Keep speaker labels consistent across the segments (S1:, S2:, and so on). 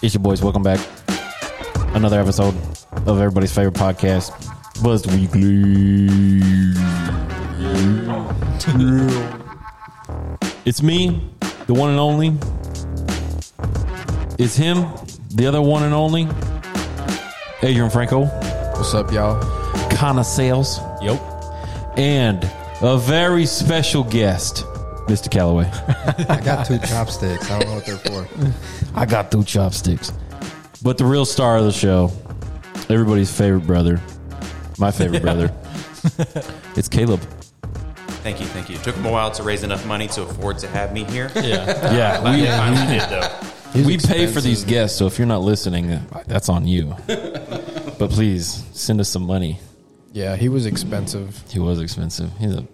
S1: It's your boys. Welcome back. Another episode of everybody's favorite podcast, Buzz Weekly. it's me, the one and only. It's him, the other one and only. Adrian Franco,
S2: What's up, y'all?
S1: Kana Sales,
S2: Yep.
S1: and a very special guest, Mr. Calloway.
S2: I got two chopsticks. I don't know what they're for.
S1: I got through chopsticks. But the real star of the show, everybody's favorite brother, my favorite brother, it's Caleb.
S3: Thank you, thank you. It took them a while to raise enough money to afford to have me here.
S1: Yeah,
S3: Finally, finally did though.
S1: we, we pay for these guests, so if you're not listening, uh, that's on you. but please send us some money.
S2: Yeah, he was expensive
S1: He was expensive. He's an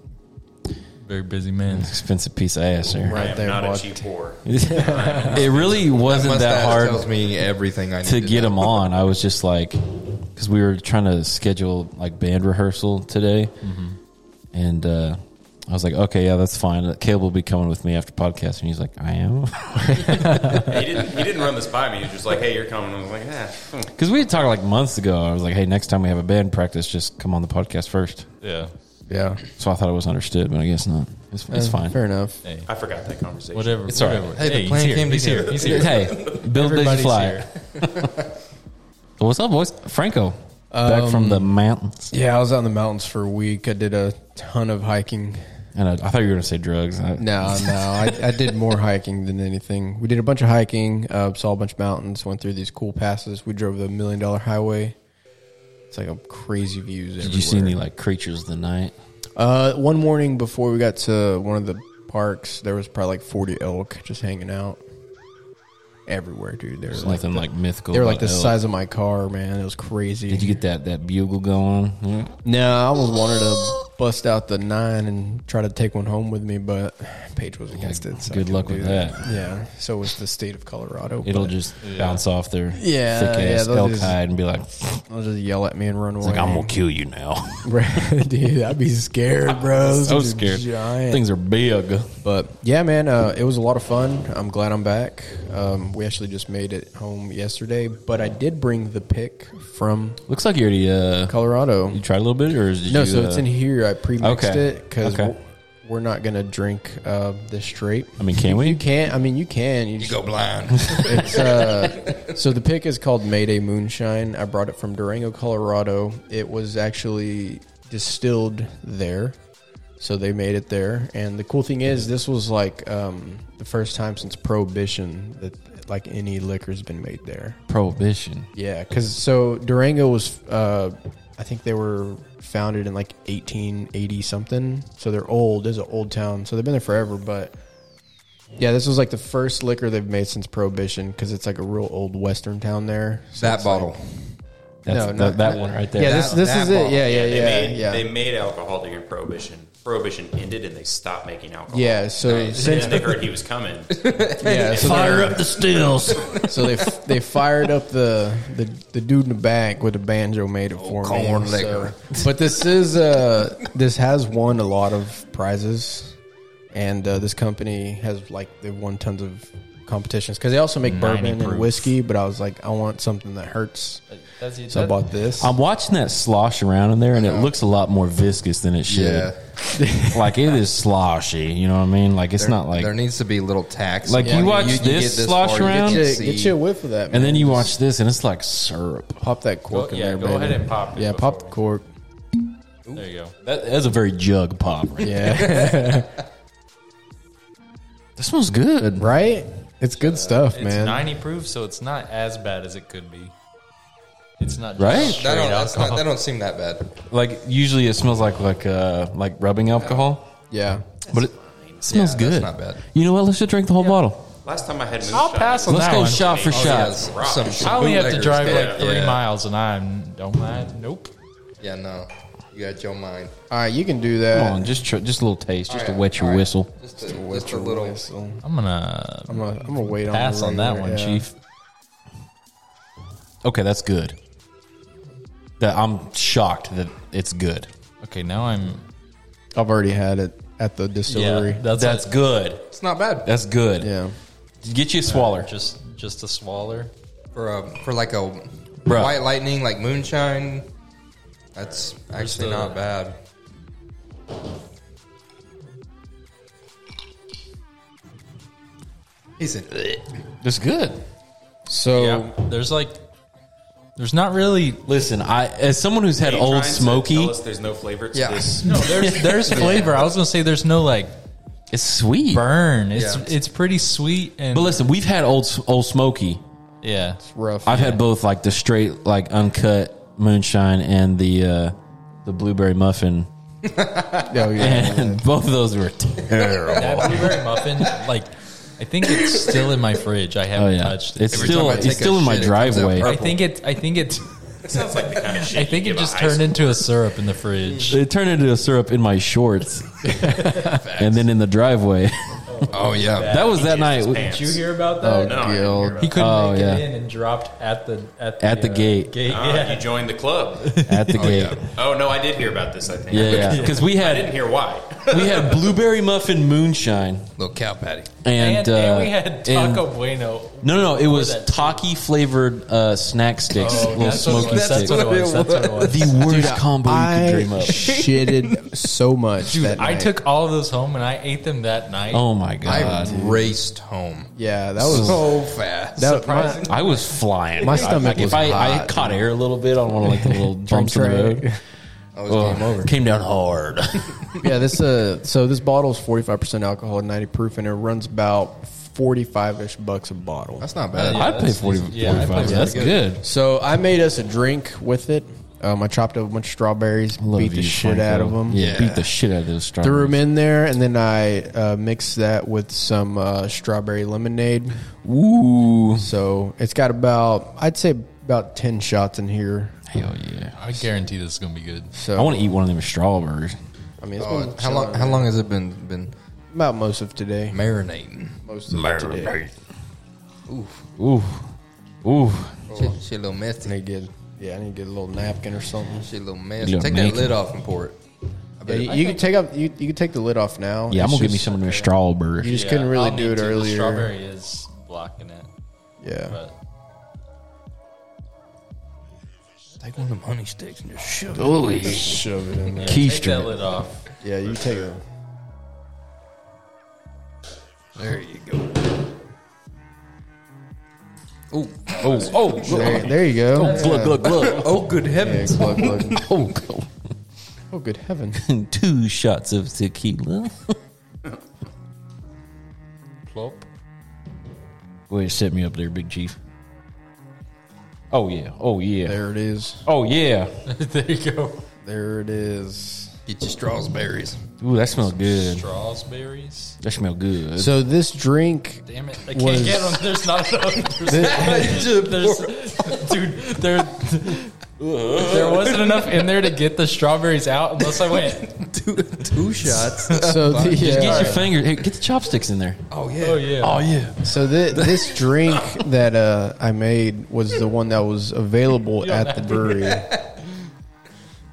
S4: Very busy man.
S1: expensive piece of ass there.
S3: I
S2: right
S3: am
S2: there.
S3: not
S2: bud.
S3: a cheap whore.
S1: it really wasn't that
S2: Mustache
S1: hard
S2: tells me everything I need
S1: to get him on, I was just like, because we were trying to schedule like band rehearsal today, and uh, I was like, okay, yeah, that's fine. Caleb will be coming with me after podcast, and he's like, I am,
S3: He didn't. He didn't run this by me. He was just like, "Hey, you're coming." I was like, "Ah." hmm.
S1: because we had talked like months ago. I was like, hey, next time we have a band practice, just come on the podcast first.
S4: Yeah.
S2: Yeah,
S1: So I thought it was understood, but I guess not. It's, it's fine.
S2: Fair enough.
S3: I forgot that conversation.
S4: Whatever.
S1: It's all right.
S4: whatever.
S2: Hey, the plane came
S4: he's
S2: together.
S4: here. He's here.
S1: Hey, Bill Digi
S4: Everybody's
S1: Flyer. What's up, boys? Franco, back from the mountains.
S2: Yeah, I was out in the mountains for a week. I did a ton of hiking.
S1: And I, I thought you were going to say drugs. I,
S2: No, no, I, I did more hiking than anything. We did a bunch of hiking, uh, saw a bunch of mountains, went through these cool passes. We drove the Million Dollar Highway. It's like a crazy views.
S1: Did you see any like creatures of the night?
S2: Uh, one morning before we got to one of the parks, there was probably like forty elk just hanging out everywhere, dude. They were like,
S1: Nothing like, mythical.
S2: they were like the
S1: about elk.
S2: size of my car, man. It was crazy.
S1: Did you get that that bugle going? Yeah.
S2: No, I almost wanted to bust out the nine and try to take one home with me, but Paige was against it. So I
S1: good
S2: couldn't
S1: luck
S2: do
S1: with that.
S2: Yeah. So was the state of Colorado.
S1: It'll
S2: but
S1: just bounce off their
S2: Yeah,
S1: thick ass
S2: yeah, they'll
S1: elk
S2: just-
S1: hide and be like,
S2: they'll just yell at me and run away.
S1: like, "I'm gonna kill you now."
S2: dude. I'd be scared, bro.
S1: so
S2: Those
S1: scared.
S2: Giant.
S1: Things are big.
S2: But yeah, man, uh, it was a lot of fun. I'm glad I'm back. Um, we actually just made it home yesterday, but I did bring the pick from
S1: Looks like you already uh,
S2: Colorado.
S1: you tried a little bit, or did
S2: No,
S1: you,
S2: so
S1: uh,
S2: it's in here. I pre mixed
S1: Okay.
S2: it because
S1: Okay.
S2: we're not gonna drink uh, this straight.
S1: I mean, can we?
S2: You can't. I mean, you can. You, just,
S3: Go blind.
S2: it's, uh, so the pick is called Mayday Moonshine. I brought it from Durango, Colorado. It was actually distilled there, so they made it there. And the cool thing is, this was like um, the first time since Prohibition that like any liquor's been made there.
S1: Prohibition.
S2: Yeah, because so Durango was, uh, I think they were founded in like 1880 something. So they're old. It's an old town. So they've been there forever. But yeah, this was like the first liquor they've made since Prohibition because it's like a real old Western town there. So
S5: That
S2: it's
S5: bottle.
S2: like-
S1: That's,
S2: No,
S1: that,
S2: not-
S1: that one right there.
S2: yeah, this
S5: That-
S2: this
S5: that
S2: is it.
S5: bottle.
S2: Yeah, yeah,
S3: they
S2: yeah,
S3: made,
S2: yeah.
S3: They made alcohol during prohibition. Prohibition ended, and they stopped making alcohol.
S2: yeah, so since
S3: And they heard he was coming.
S2: yeah, so they-
S1: up the stills.
S2: so they they fired up the, the the dude in the back with the banjo made it for me.
S5: corn
S2: so-
S5: liquor.
S2: But this is uh this has won a lot of prizes, and uh, this company has like they've won tons of competitions because they also make
S4: 90
S2: bourbon and
S4: proof.
S2: whiskey. But I was like, I want something that hurts, so I bought this.
S1: I'm watching that slosh around in there, and it looks a lot more viscous than it should. like it is sloshy. You know what I mean? Like it's not like
S5: there needs to be little tax.
S1: Like, you watch this slosh around?
S2: Get
S5: Get
S2: you, get you a whiff of that, man.
S1: And then you watch this, and it's like syrup.
S2: pop that cork in
S4: yeah,
S2: there,
S4: go
S2: baby.
S4: ahead and pop it
S2: yeah, pop the
S4: before
S2: cork.
S4: There you go.
S1: That, that's a very jug pop. Right?
S2: Yeah,
S1: That smells good.
S2: right. It's good stuff,
S4: It's
S2: man.
S4: 90 proof, so it's not as bad as it could be. It's not just
S1: Right?
S4: straight
S5: That don't, that's
S4: alcohol.
S5: not, that don't seem that bad.
S1: Like usually it smells like like uh like rubbing alcohol,
S2: Yeah.
S1: but it smells
S5: Yeah, that's
S1: good.
S5: not bad.
S1: You know what? Let's just drink the whole bottle.
S3: Last time I had moonshine,
S4: I'll pass on
S1: Let's
S4: that
S1: go
S4: one.
S1: shot for
S5: Oh,
S1: shot.
S5: yeah, some, some
S4: I only have to
S5: bootleggers
S4: drive
S5: get
S4: like
S5: it.
S4: three
S5: yeah.
S4: miles, and I'm don't mind. Nope.
S5: Yeah, no. You got your mind.
S2: All right, you can do that.
S1: Come on, just tr- just a little taste, just to
S5: Alright,
S1: wet your
S5: alright.
S1: whistle.
S5: Just a, just a little.
S2: whistle.
S4: I'm gonna
S2: I'm gonna, I'm gonna wait on
S4: pass
S2: the
S4: on that
S2: regular,
S4: one,
S2: yeah.
S4: Chief.
S1: Okay, that's good. That I'm shocked that it's good.
S4: Okay, now I'm.
S2: I've already had it at the distillery. Yeah,
S4: that's
S1: That's good.
S5: It's not bad.
S1: That's good. Get you a swaller.
S4: Just just a swaller.
S5: for a, for like a
S1: Bruh.
S5: white lightning, like moonshine. That's actually
S4: the-
S5: not bad. He said, "Ugh."
S1: It's good.
S2: So
S4: yeah, there's like, there's not really.
S1: Listen, I as someone who's had
S3: Are you trying
S1: Old
S3: to
S1: Smoky,
S3: tell us there's no flavor to
S5: Yeah.
S3: this.
S4: No, there's there's flavor. I was gonna say there's no like
S1: it's sweet.
S4: burn. It's
S5: Yeah.
S4: it's pretty sweet and
S1: But listen, we've had Old Old Smoky.
S4: yeah.
S2: rough.
S1: I've had both, like the straight, like uncut moonshine and the uh, the blueberry muffin,
S2: oh, yeah.
S1: and both of those were terrible.
S4: That blueberry muffin, like I think it's still in my fridge. I
S1: Oh
S4: haven't
S1: yeah,
S4: touched it.
S1: it's
S5: Every
S1: still
S5: time I
S1: it's
S5: take a
S1: still in my
S5: shit, it comes out
S1: driveway.
S5: purple.
S4: I think it. I think it.
S3: It sounds like the kind of shit.
S4: I
S3: you
S4: think it
S3: give a
S4: just
S3: high
S4: turned
S3: school-
S4: into a syrup in the fridge.
S1: It turned into a syrup in my shorts, and then in the driveway.
S5: "Oh yeah,
S1: that was that night
S3: his
S1: we-
S3: pants.
S4: Did you hear about
S2: Oh,
S4: that?
S3: No, I didn't
S2: Gil.
S3: hear about
S4: He couldn't
S1: Oh,
S4: make
S1: yeah.
S4: it in and dropped at the at the,
S1: At the gate.
S3: Ah,
S4: yeah.
S3: You joined the club.
S1: at the gate.
S3: Oh no, I did hear about this. I think.
S1: Yeah, yeah, because we
S3: I
S1: had
S3: didn't hear why.
S1: we had blueberry muffin moonshine
S5: little cow patty."
S1: and,
S4: and,
S1: uh,
S4: and we had
S1: and-
S4: Taco Bueno.
S1: no, no, no, it was
S4: that? Oh,
S1: taki flavored uh, snack sticks, little
S4: that's what it
S1: smoky
S4: was. That's
S1: sticks.
S4: what it was. That's what it was.
S1: the worst combo you
S2: I
S1: could dream of.
S2: shitted so much.
S4: Dude,
S2: that
S4: I
S2: night.
S4: took all of those home and I ate them that night.
S1: Oh my
S5: I
S1: god,
S5: raced home
S2: Yeah, that was
S5: so fast.
S2: that, my,
S4: Surprising.
S1: I was flying.
S2: My
S1: I-
S2: stomach
S1: like,
S2: was
S1: if I, I
S2: hot.
S1: caught air a little bit on one of like the little bumps in the
S2: trying.
S1: road.
S5: I was
S1: Ugh,
S5: game over.
S1: Came down hard.
S2: yeah, this uh, so this bottle is forty five percent alcohol and ninety proof, and it runs about forty five ish bucks a bottle.
S5: That's not bad.
S4: Yeah,
S1: I'd pay
S4: that's
S1: 40,
S4: decent. Yeah, I'd pay
S1: 45. That's
S5: pretty
S1: good.
S2: So I made us a drink with it. Um, I chopped up a bunch of strawberries,
S1: Love
S2: beat the
S1: you,
S2: shit out of
S1: Franco.
S2: them,
S1: Yeah,
S5: Yeah.
S1: beat the shit out of those strawberries.
S2: threw them in there, and then I uh, mixed that with some uh, strawberry lemonade.
S1: Ooh,
S2: So it's got about, I'd say about ten shots in here.
S1: hell yeah!
S4: I guarantee this is gonna be good.
S2: So
S1: I want to eat one of them strawberries.
S2: I mean, it's
S5: Oh,
S2: been
S5: how long? How long has it been been
S2: about most of today.
S5: marinating?
S2: Most of today.
S1: Ooh, ooh,
S5: She, she a little
S2: I
S5: messy.
S2: need to get, yeah, I need to get a little napkin or something.
S5: She a little messy.
S1: Little
S5: Take that
S1: naked.
S5: lid off and pour it. I
S2: Yeah,
S5: bet
S2: you, you can take up, you, you can take the lid off now.
S1: yeah! I'm
S2: It's
S1: gonna give me
S2: just-
S1: some of them
S2: You
S1: strawberries.
S2: just couldn't really
S4: I'll
S2: do
S4: need
S2: it
S4: to. The
S2: earlier.
S4: strawberry is blocking it,
S2: Yeah,
S4: but
S5: take one of the honey sticks and just shove it.
S1: Holy
S2: shove it in there.
S4: take that
S1: keister!
S4: lid off.
S2: Yeah, you take it.
S5: There you go. Oh,
S1: Oh, oh,
S2: There, there you go.
S1: glug, glug, glug!
S5: oh, good
S2: Yeah,
S5: heavens!
S2: glug, glug.
S1: Oh, go.
S2: Oh, good heaven.
S1: two shots of tequila.
S4: Plop.
S1: Way to set me up there, Big Chief. Oh yeah! Oh yeah!
S2: There it is.
S1: Oh yeah!
S4: there you go.
S2: There it is.
S5: Get your strawberries.
S1: Ooh, that smells good.
S4: Strawberries.
S1: That smells good.
S2: So this drink,
S4: Damn it! I can't
S2: Was-
S4: get them. There's not enough. There's, there's, dude, there, there wasn't enough in there to get the strawberries out unless I went.
S5: two, two shots.
S2: so the,
S1: Just get
S2: yeah,
S1: your finger. Hey, get the chopsticks in there.
S5: Oh yeah.
S4: Oh yeah.
S1: yeah.
S2: so the, this drink that uh, I made was the one that was available at the brewery.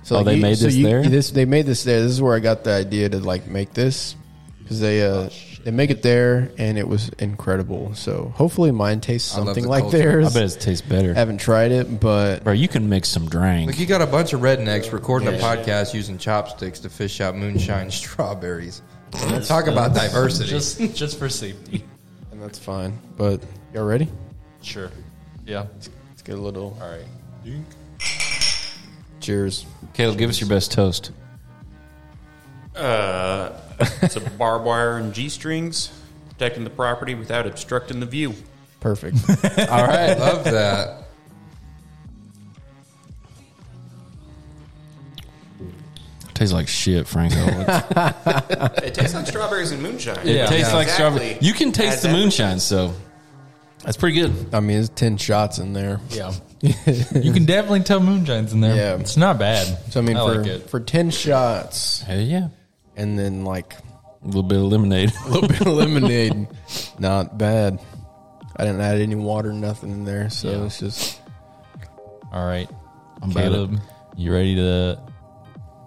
S2: So
S1: Oh,
S2: like,
S1: they
S2: you-
S1: made
S2: so
S1: this
S2: you-
S1: there?
S2: This they made this there. This is where I got the idea to like make this because they uh, they make it there and it was incredible. So hopefully mine tastes
S5: love
S2: something
S5: the
S2: like
S5: culture.
S1: I
S2: theirs.
S1: bet it tastes better.
S2: haven't tried it, but
S1: Bro, you can mix some drink.
S5: Like you got a bunch of rednecks recording a podcast using chopsticks to fish out moonshine strawberries. Talk about diversity.
S4: Just, just for safety.
S2: and that's fine. But y'all ready?
S4: Sure. Yeah.
S2: Let's get a little
S4: All right.
S2: cheers.
S1: Caleb, give us your best toast.
S3: Uh, it's a barbed wire and g strings protecting the property without obstructing the view.
S2: Perfect.
S5: All right, love that.
S1: Tastes like shit, Franco. It
S3: It tastes like strawberries and moonshine.
S4: Yeah.
S1: tastes
S5: Yeah.
S1: like
S3: Exactly.
S1: strawberry. You can taste
S3: As
S1: the
S3: that-
S1: moonshine, so that's pretty good.
S2: I mean, there's ten shots in there.
S4: Yeah. you can definitely tell moonshine's in there.
S2: Yeah.
S4: It's not bad.
S2: So I mean, for
S4: like it.
S2: for ten shots
S1: Hell yeah.
S2: and then like
S1: A little bit of lemonade.
S2: a little bit of lemonade, not bad. I didn't add any water, nothing in there, so
S4: Yeah.
S2: it's just
S4: All right.
S1: I'm about
S4: Caleb, you ready to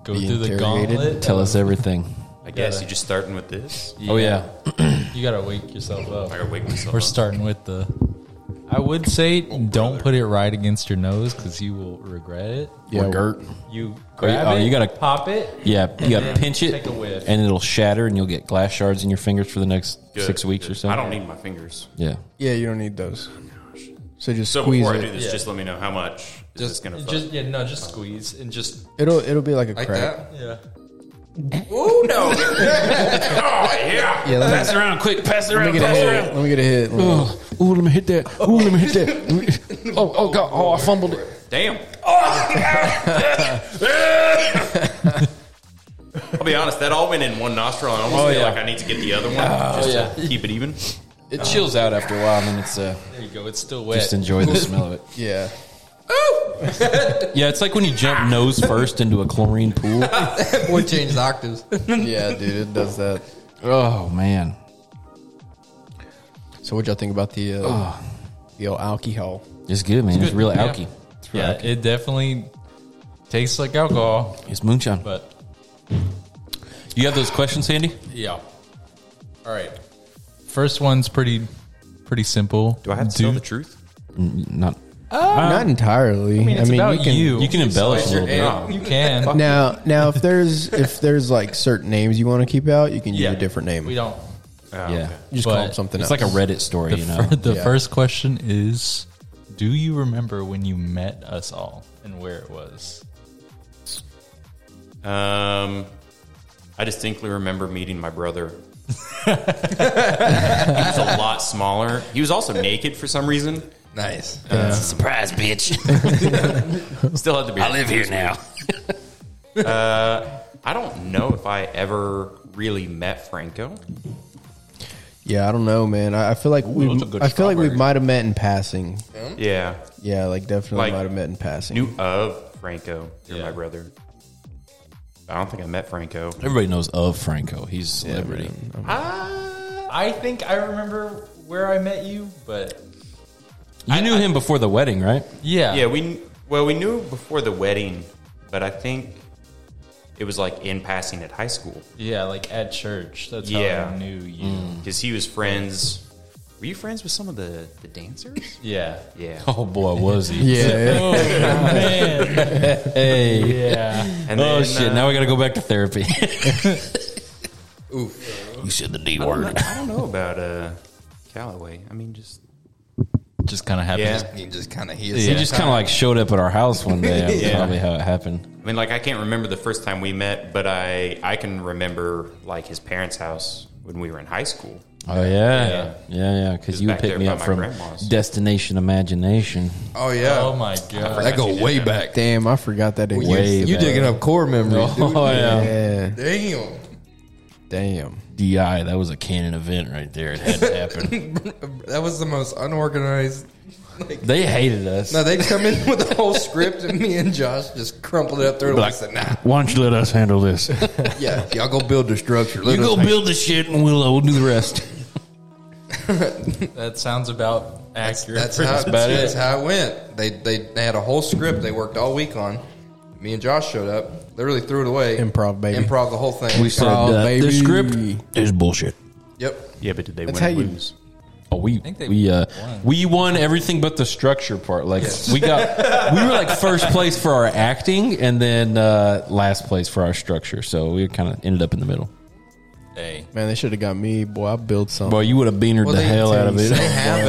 S4: go
S2: Be
S4: through the
S2: interrogated?
S4: gauntlet?
S1: Tell us everything.
S3: I guess you just starting with this.
S1: Oh, yeah.
S4: You gotta wake yourself
S3: I
S4: up.
S3: gotta wake myself
S4: We're
S3: up.
S4: starting with the. I would say don't put it right against your nose because you will regret it.
S1: Or Gert.
S4: You
S1: Oh, you-
S4: grab
S1: oh,
S4: it,
S1: you gotta-
S4: pop it.
S1: Yeah, you gotta pinch it,
S4: take a whiff.
S1: and it'll shatter, and you'll get glass shards in your fingers for the next
S3: Good,
S1: six weeks
S3: good.
S1: or so.
S3: I don't need my fingers.
S1: Yeah,
S2: Yeah, you don't need those. So just
S3: So
S2: squeeze
S3: before I
S2: it.
S3: do this, just let me know how much is this going to fuck.
S4: Just yeah, no, just squeeze and just
S2: It'll it'll be like a
S5: Like
S2: crack.
S5: that?
S4: yeah.
S5: Oh no!
S3: oh, yeah.
S2: Yeah, let me,
S3: Pass it around quick. Pass it
S2: let
S3: around.
S2: me get a
S3: Pass it
S2: hit.
S3: around.
S2: Let me get a hit. Let me-
S1: Ooh, let me hit that. Ooh, let me hit that. Oh, oh god. Oh, I fumbled it.
S3: Damn. I'll be honest, that all went in one nostril. I almost
S1: Oh,
S3: feel
S1: yeah.
S3: like I need to get the other one just to keep it even.
S1: It chills out after a while, and then it's uh,
S4: There you go. It's still wet.
S1: just enjoy the smell of it.
S2: Yeah.
S1: Yeah, it's like when you jump nose first into a chlorine pool.
S5: That boy changed octaves.
S2: Yeah, dude, it does that.
S1: Oh man,
S2: So what y'all think about the uh, the old alcohol?
S1: it's good, man. It's, real
S4: Yeah.
S1: alky. It's real
S4: yeah,
S1: alky.
S4: it definitely tastes like alcohol,
S1: It's moonshine.
S4: but
S1: you have those questions, Sandy?
S4: yeah. All right. First one's pretty pretty simple.
S3: Do I have to tell the truth?
S1: Not. Uh,
S2: Not entirely. I mean,
S4: it's about
S2: you can
S4: you.
S1: You can embellish a
S5: your
S1: little bit.
S5: ale.
S4: You can.
S2: now now if there's if there's like certain names you want to keep out, you can use
S4: Yeah.
S2: a different name.
S4: We don't.
S1: yeah,
S2: just call
S4: but
S2: it something
S1: it's
S2: else.
S1: like a Reddit story,
S4: The,
S1: you know.
S4: fir- the
S2: Yeah.
S4: first question is Do you remember when you met us all and where it was?
S3: Um, I distinctly remember meeting my brother. he was a lot smaller. He was also naked for some reason.
S5: Nice.
S6: Surprise, bitch.
S3: Still had to be.
S6: I live here now.
S3: Uh, I don't know if I ever really met Franco.
S2: yeah, I don't know, man. I, I feel like we I
S3: that's a
S2: feel
S3: good
S2: like we
S3: strawberry.
S2: might have met in passing.
S6: Hmm?
S3: Yeah,
S2: Yeah, like definitely
S3: Like-
S2: might have met in passing.
S3: knew of Franco through my brother. I don't think I met Franco.
S1: Everybody knows of Franco. He's a celebrity.
S4: I think I remember where I met you, but
S1: you knew him before the wedding, right?
S4: yeah.
S3: Yeah, we well we knew before the wedding, but I think it was like in passing at high school
S4: Yeah, like at church. That's
S3: Yeah.
S4: how I knew you.
S3: because he was friends. Were you friends with some of the the dancers?
S4: Yeah.
S3: Yeah,
S1: Oh boy, was he?
S2: yeah,
S4: Man.
S1: Hey.
S4: yeah.
S3: and
S1: Oh
S3: then,
S1: shit!
S3: uh,
S1: now we got to go back to therapy.
S6: You said the D
S3: I don't know-
S6: word.
S3: I don't know about uh Callaway. I mean, just
S4: Just kind of
S3: yeah.
S4: happens.
S5: He just kind of he
S1: He just kind of like showed up at our house one day. That's
S3: Yeah.
S1: probably how it happened.
S3: I mean, like I can't remember the first time we met, but I I can remember like his parents' house when we were in high school.
S1: Oh yeah, yeah, yeah. Because
S3: He's
S1: you
S3: back
S1: picked
S3: there
S1: me
S3: by
S1: up
S3: my
S1: from
S3: grandma's.
S1: Destination Imagination.
S5: Oh yeah.
S4: Oh my god.
S5: that go way back.
S2: Damn, I forgot that.
S5: You-
S1: Way
S5: you,
S1: back.
S5: digging up core memories, dude.
S1: Oh yeah.
S2: Yeah,
S5: Damn.
S2: damn.
S1: Di, that was a canon event right there. It had to happen.
S5: That was the most unorganized.
S1: they hated us.
S5: No, they come in with the whole script, and me and Josh just crumpled it up there. Like, said, nah,
S1: Why don't you let us handle this?
S5: yeah, y'all go build the structure. Let
S1: you go
S5: us-
S1: build the shit, and we'll uh, we'll do the rest.
S4: That sounds about accurate.
S5: That's how, that's,
S1: about it.
S5: how it went. They, they they had a whole script they worked all week on. Me and Josh showed up, literally threw it away.
S2: Improv, baby.
S5: Improv the whole thing.
S1: We said
S2: Oh,
S1: uh, the
S2: baby.
S1: script is bullshit.
S5: yep.
S3: Yeah, but did they
S2: That's
S3: win or
S2: how you-
S3: lose?
S1: Oh, we
S4: think they
S1: we uh,
S4: won.
S1: we won everything but the structure part. Like we got we were like first place for our acting, and then uh, last place for our structure. So we kind of ended up in the middle.
S4: hey.
S2: Man, they should have got me, boy. I built something.
S1: Boy, you would have beanered the
S5: they,
S1: hell out of
S5: They
S1: it.
S5: have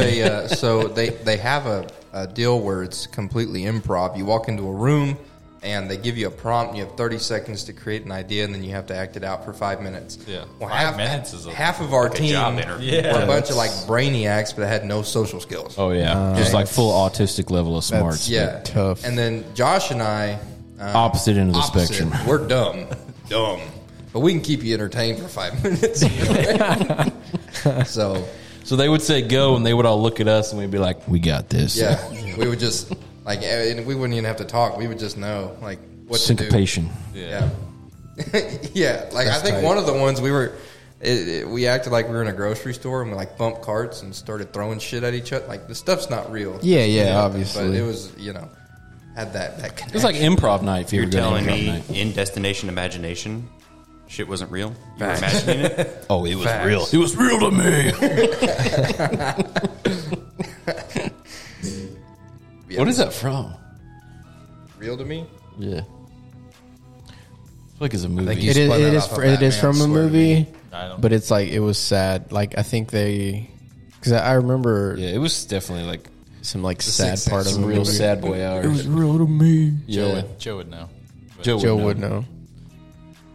S5: a uh, so they they have a, a deal where it's completely improv. You walk into a room and they give you a prompt. and You have thirty seconds to create an idea, and then you have to act it out for five minutes.
S4: Yeah.
S5: well,
S4: Five
S5: half,
S4: minutes is a-
S5: half of our team
S3: job interview.
S5: were a bunch of like brainiacs, but they had no social skills.
S1: Oh yeah, just like full autistic level of smarts.
S2: that's-
S5: yeah,
S2: tough.
S5: And then Josh and I, um,
S1: Opposite end of the
S5: opposite.
S1: spectrum.
S5: We're dumb, dumb, but we can keep you entertained for five minutes. so
S1: So they would say go, and they would all look at us, and we'd be like, "We got this."
S5: Yeah, we would just like, eh, and we wouldn't even have to talk. We would just know like what
S1: syncopation.
S5: To do. Yeah, yeah. Like I think one of the ones we were, it, it, we acted like we were in a grocery store and we like bumped carts and started throwing shit at each other. Like the stuff's not real.
S2: Yeah, yeah,
S5: But
S2: obviously.
S5: it was you know had that that
S1: It was like improv night. If you
S3: You're
S1: were going
S3: telling
S1: to improv
S3: me
S1: night.
S3: in Destination Imagination, shit wasn't real. You were imagining it.
S1: Oh, it was real. It was real to me. What is that from?
S5: Real to me?
S1: Yeah. It's like it's a movie.
S5: think you
S2: It is,
S5: spun
S2: it
S5: that
S2: is
S5: off of
S2: it is
S5: Batman,
S2: from a
S5: swear to
S2: movie,
S4: I don't-
S2: but it's like it was sad. Like I think they, because I I remember
S1: yeah, it was definitely like
S2: some like sad
S5: Sixth Sense
S2: part of
S1: some
S2: the
S1: real
S2: movie.
S1: sad boy hours.
S2: real to me.
S1: yeah.
S4: Joe would know.
S1: Joe,
S2: Joe
S1: would
S2: would
S1: know.
S2: know.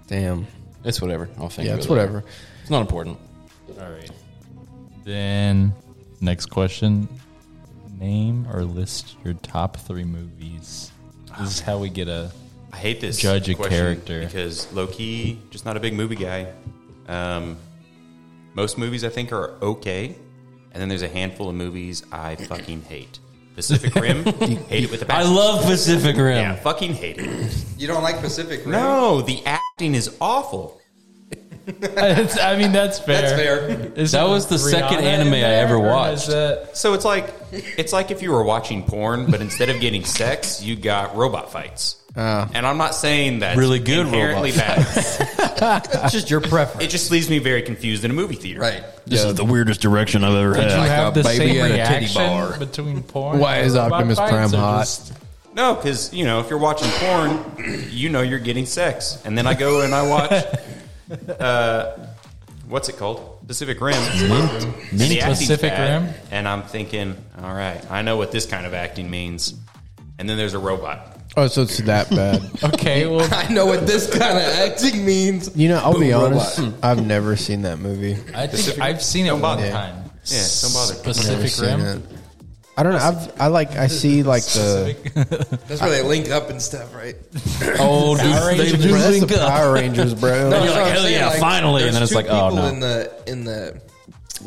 S2: Damn.
S1: It's whatever. I'll think.
S2: Yeah,
S1: of
S2: it's
S1: it later.
S2: whatever.
S1: It's not important.
S4: All right. Then next question: Name or list your top three movies. This is how we get a.
S3: I hate this
S4: Judge a
S3: question
S4: character.
S3: because low key, just not a big movie guy. Um, most movies I think are okay, and then there's a handful of movies I fucking hate. Pacific Rim, hate it with a
S1: I
S3: passion.
S1: love Pacific Rim.
S3: Yeah, fucking hate it.
S5: You don't like Pacific Rim?
S3: No, the acting is awful.
S4: It's- I mean, that's fair.
S5: That's fair.
S4: Is
S1: That was the
S4: Rihanna
S1: second
S4: in
S1: anime I
S4: there,
S1: ever
S4: or
S1: watched.
S4: is that-
S3: So it's like it's like if you were watching porn, but instead of getting sex, you got robot fights. and I'm not saying that
S1: Really good
S3: inherently
S1: robot
S3: bad.
S5: That's just your preference.
S3: It just leaves me very confused in a movie theater.
S5: right.
S1: This is the weirdest direction I've ever
S4: Did you
S5: Like
S4: have
S5: a
S4: the
S5: baby
S4: same
S5: and a titty
S4: reaction
S5: bar.
S4: between porn?
S2: Why
S4: and
S2: is
S4: robot
S2: Optimus
S4: fights,
S2: Prime
S4: or
S2: hot?
S4: just-
S3: No, because you know if you're watching porn, you know you're getting sex, and then I go and I watch. Uh, what's it called? Pacific Rim. And the acting's
S4: Pacific
S3: bad,
S4: Rim?
S3: And I'm thinking, all right, I know what this kind of acting means. And then there's a robot.
S2: Oh, so it's that bad.
S4: okay, well,
S5: I know what this kind of acting means.
S2: You know, I'll be
S5: Boom,
S2: honest. I've never seen that movie.
S4: I think I've seen it
S3: Don't
S4: one
S3: bother.
S4: time.
S3: Yeah, don't bother.
S2: Never
S4: Pacific
S2: seen
S4: Rim.
S2: it. I don't know. I've, I like. I see like the.
S5: That's where they link up and stuff, right?
S1: Oh,
S4: Power
S1: dude,
S4: Rangers,
S1: they
S2: Bro, that's
S1: link
S2: the
S1: up.
S2: Power Rangers, bro.
S1: you're like, hell yeah, finally, and then it's like, oh, no.
S5: In the in the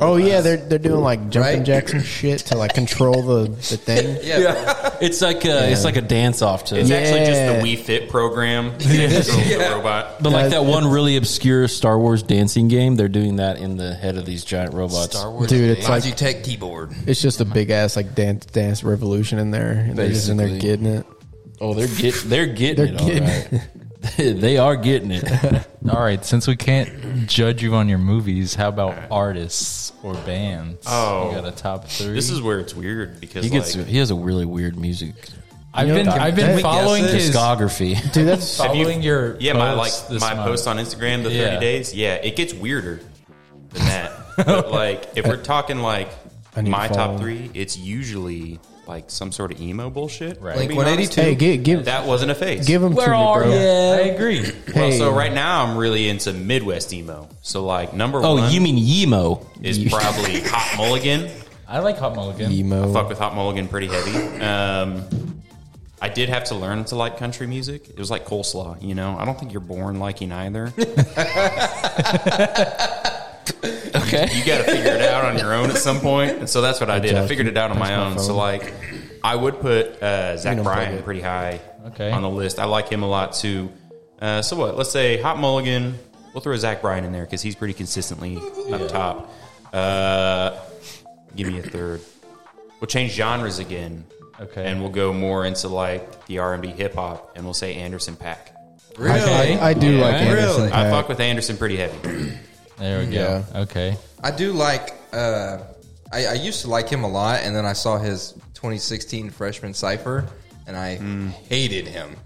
S2: oh yeah, they're they're doing like jumping
S5: Right?
S2: jacks and shit to like control the the thing.
S5: yeah,
S1: It's like a, it's like a dance off to,
S3: It's actually just the
S2: Yeah.
S3: Wii Fit program. The robot.
S1: but like
S2: Yeah.
S1: that one really obscure Star Wars dancing game. They're doing that in the head of these giant robots.
S5: Wars,
S2: Dude, it's like-
S5: Logitech keyboard.
S2: It's just a big ass like dance dance revolution in there. And they're just in there
S1: Basically.
S2: getting it.
S1: Oh, they're get, they're getting
S2: They're getting
S1: it. All right. they are getting it.
S4: All right, since we can't judge you on your movies, how about artists or bands?
S3: Oh.
S4: you got a top three.
S3: This is where it's weird because
S1: He gets
S3: like,
S1: he has a really weird music
S4: I've
S2: You know,
S4: been
S2: Dr.
S4: I've been
S2: Dre
S4: following his
S1: discography.
S2: Dude, that's
S3: Have you-
S4: following your
S3: yeah my like
S4: posts
S3: my
S4: this month.
S3: post on Instagram the
S4: Yeah.
S3: thirty days yeah it gets weirder than that but like if we're talking like
S2: need to
S3: my
S2: follow.
S3: top three it's usually like some sort of emo bullshit
S4: Right.
S3: to
S5: Blink
S3: be
S5: one eighty
S3: honest.
S2: hey,
S5: two.
S2: give give
S3: that wasn't a phase
S2: give them to me, bro.
S4: I agree.
S3: well, so
S2: hey.
S3: right now I'm really into Midwest emo so like number one
S1: Oh, you mean Yemo?
S3: is probably Hot Mulligan
S4: I like Hot Mulligan.
S2: Emo.
S3: fuck with Hot Mulligan pretty heavy um. I did have to learn to like country music. It was like coleslaw, you know. I don't think you're born liking either.
S1: Okay.
S3: you got to figure it out on your own at some point. And so that's what I did. I
S2: Josh,
S3: figured it out on my own. So like, I would put uh, Zach
S2: don't plug
S3: Bryan
S2: it.
S3: pretty high
S4: Okay.
S3: on the list. I like him a lot too. Uh, so what? Let's say Hot Mulligan. We'll throw Zach Bryan in there because he's pretty consistently up top. Uh, give me a third. We'll change genres again.
S4: Okay.
S3: And we'll go more into like the R and B hip hop, and we'll say Anderson Pack.
S5: Really?
S2: I, I do like
S1: Really?
S2: Anderson.
S3: I
S2: Paak.
S3: fuck with Anderson pretty heavy.
S4: There we go. Okay.
S5: I do like. Uh, I, I used to like him a lot, and then I saw his 2016 freshman cipher, and I
S3: Mm.
S5: hated him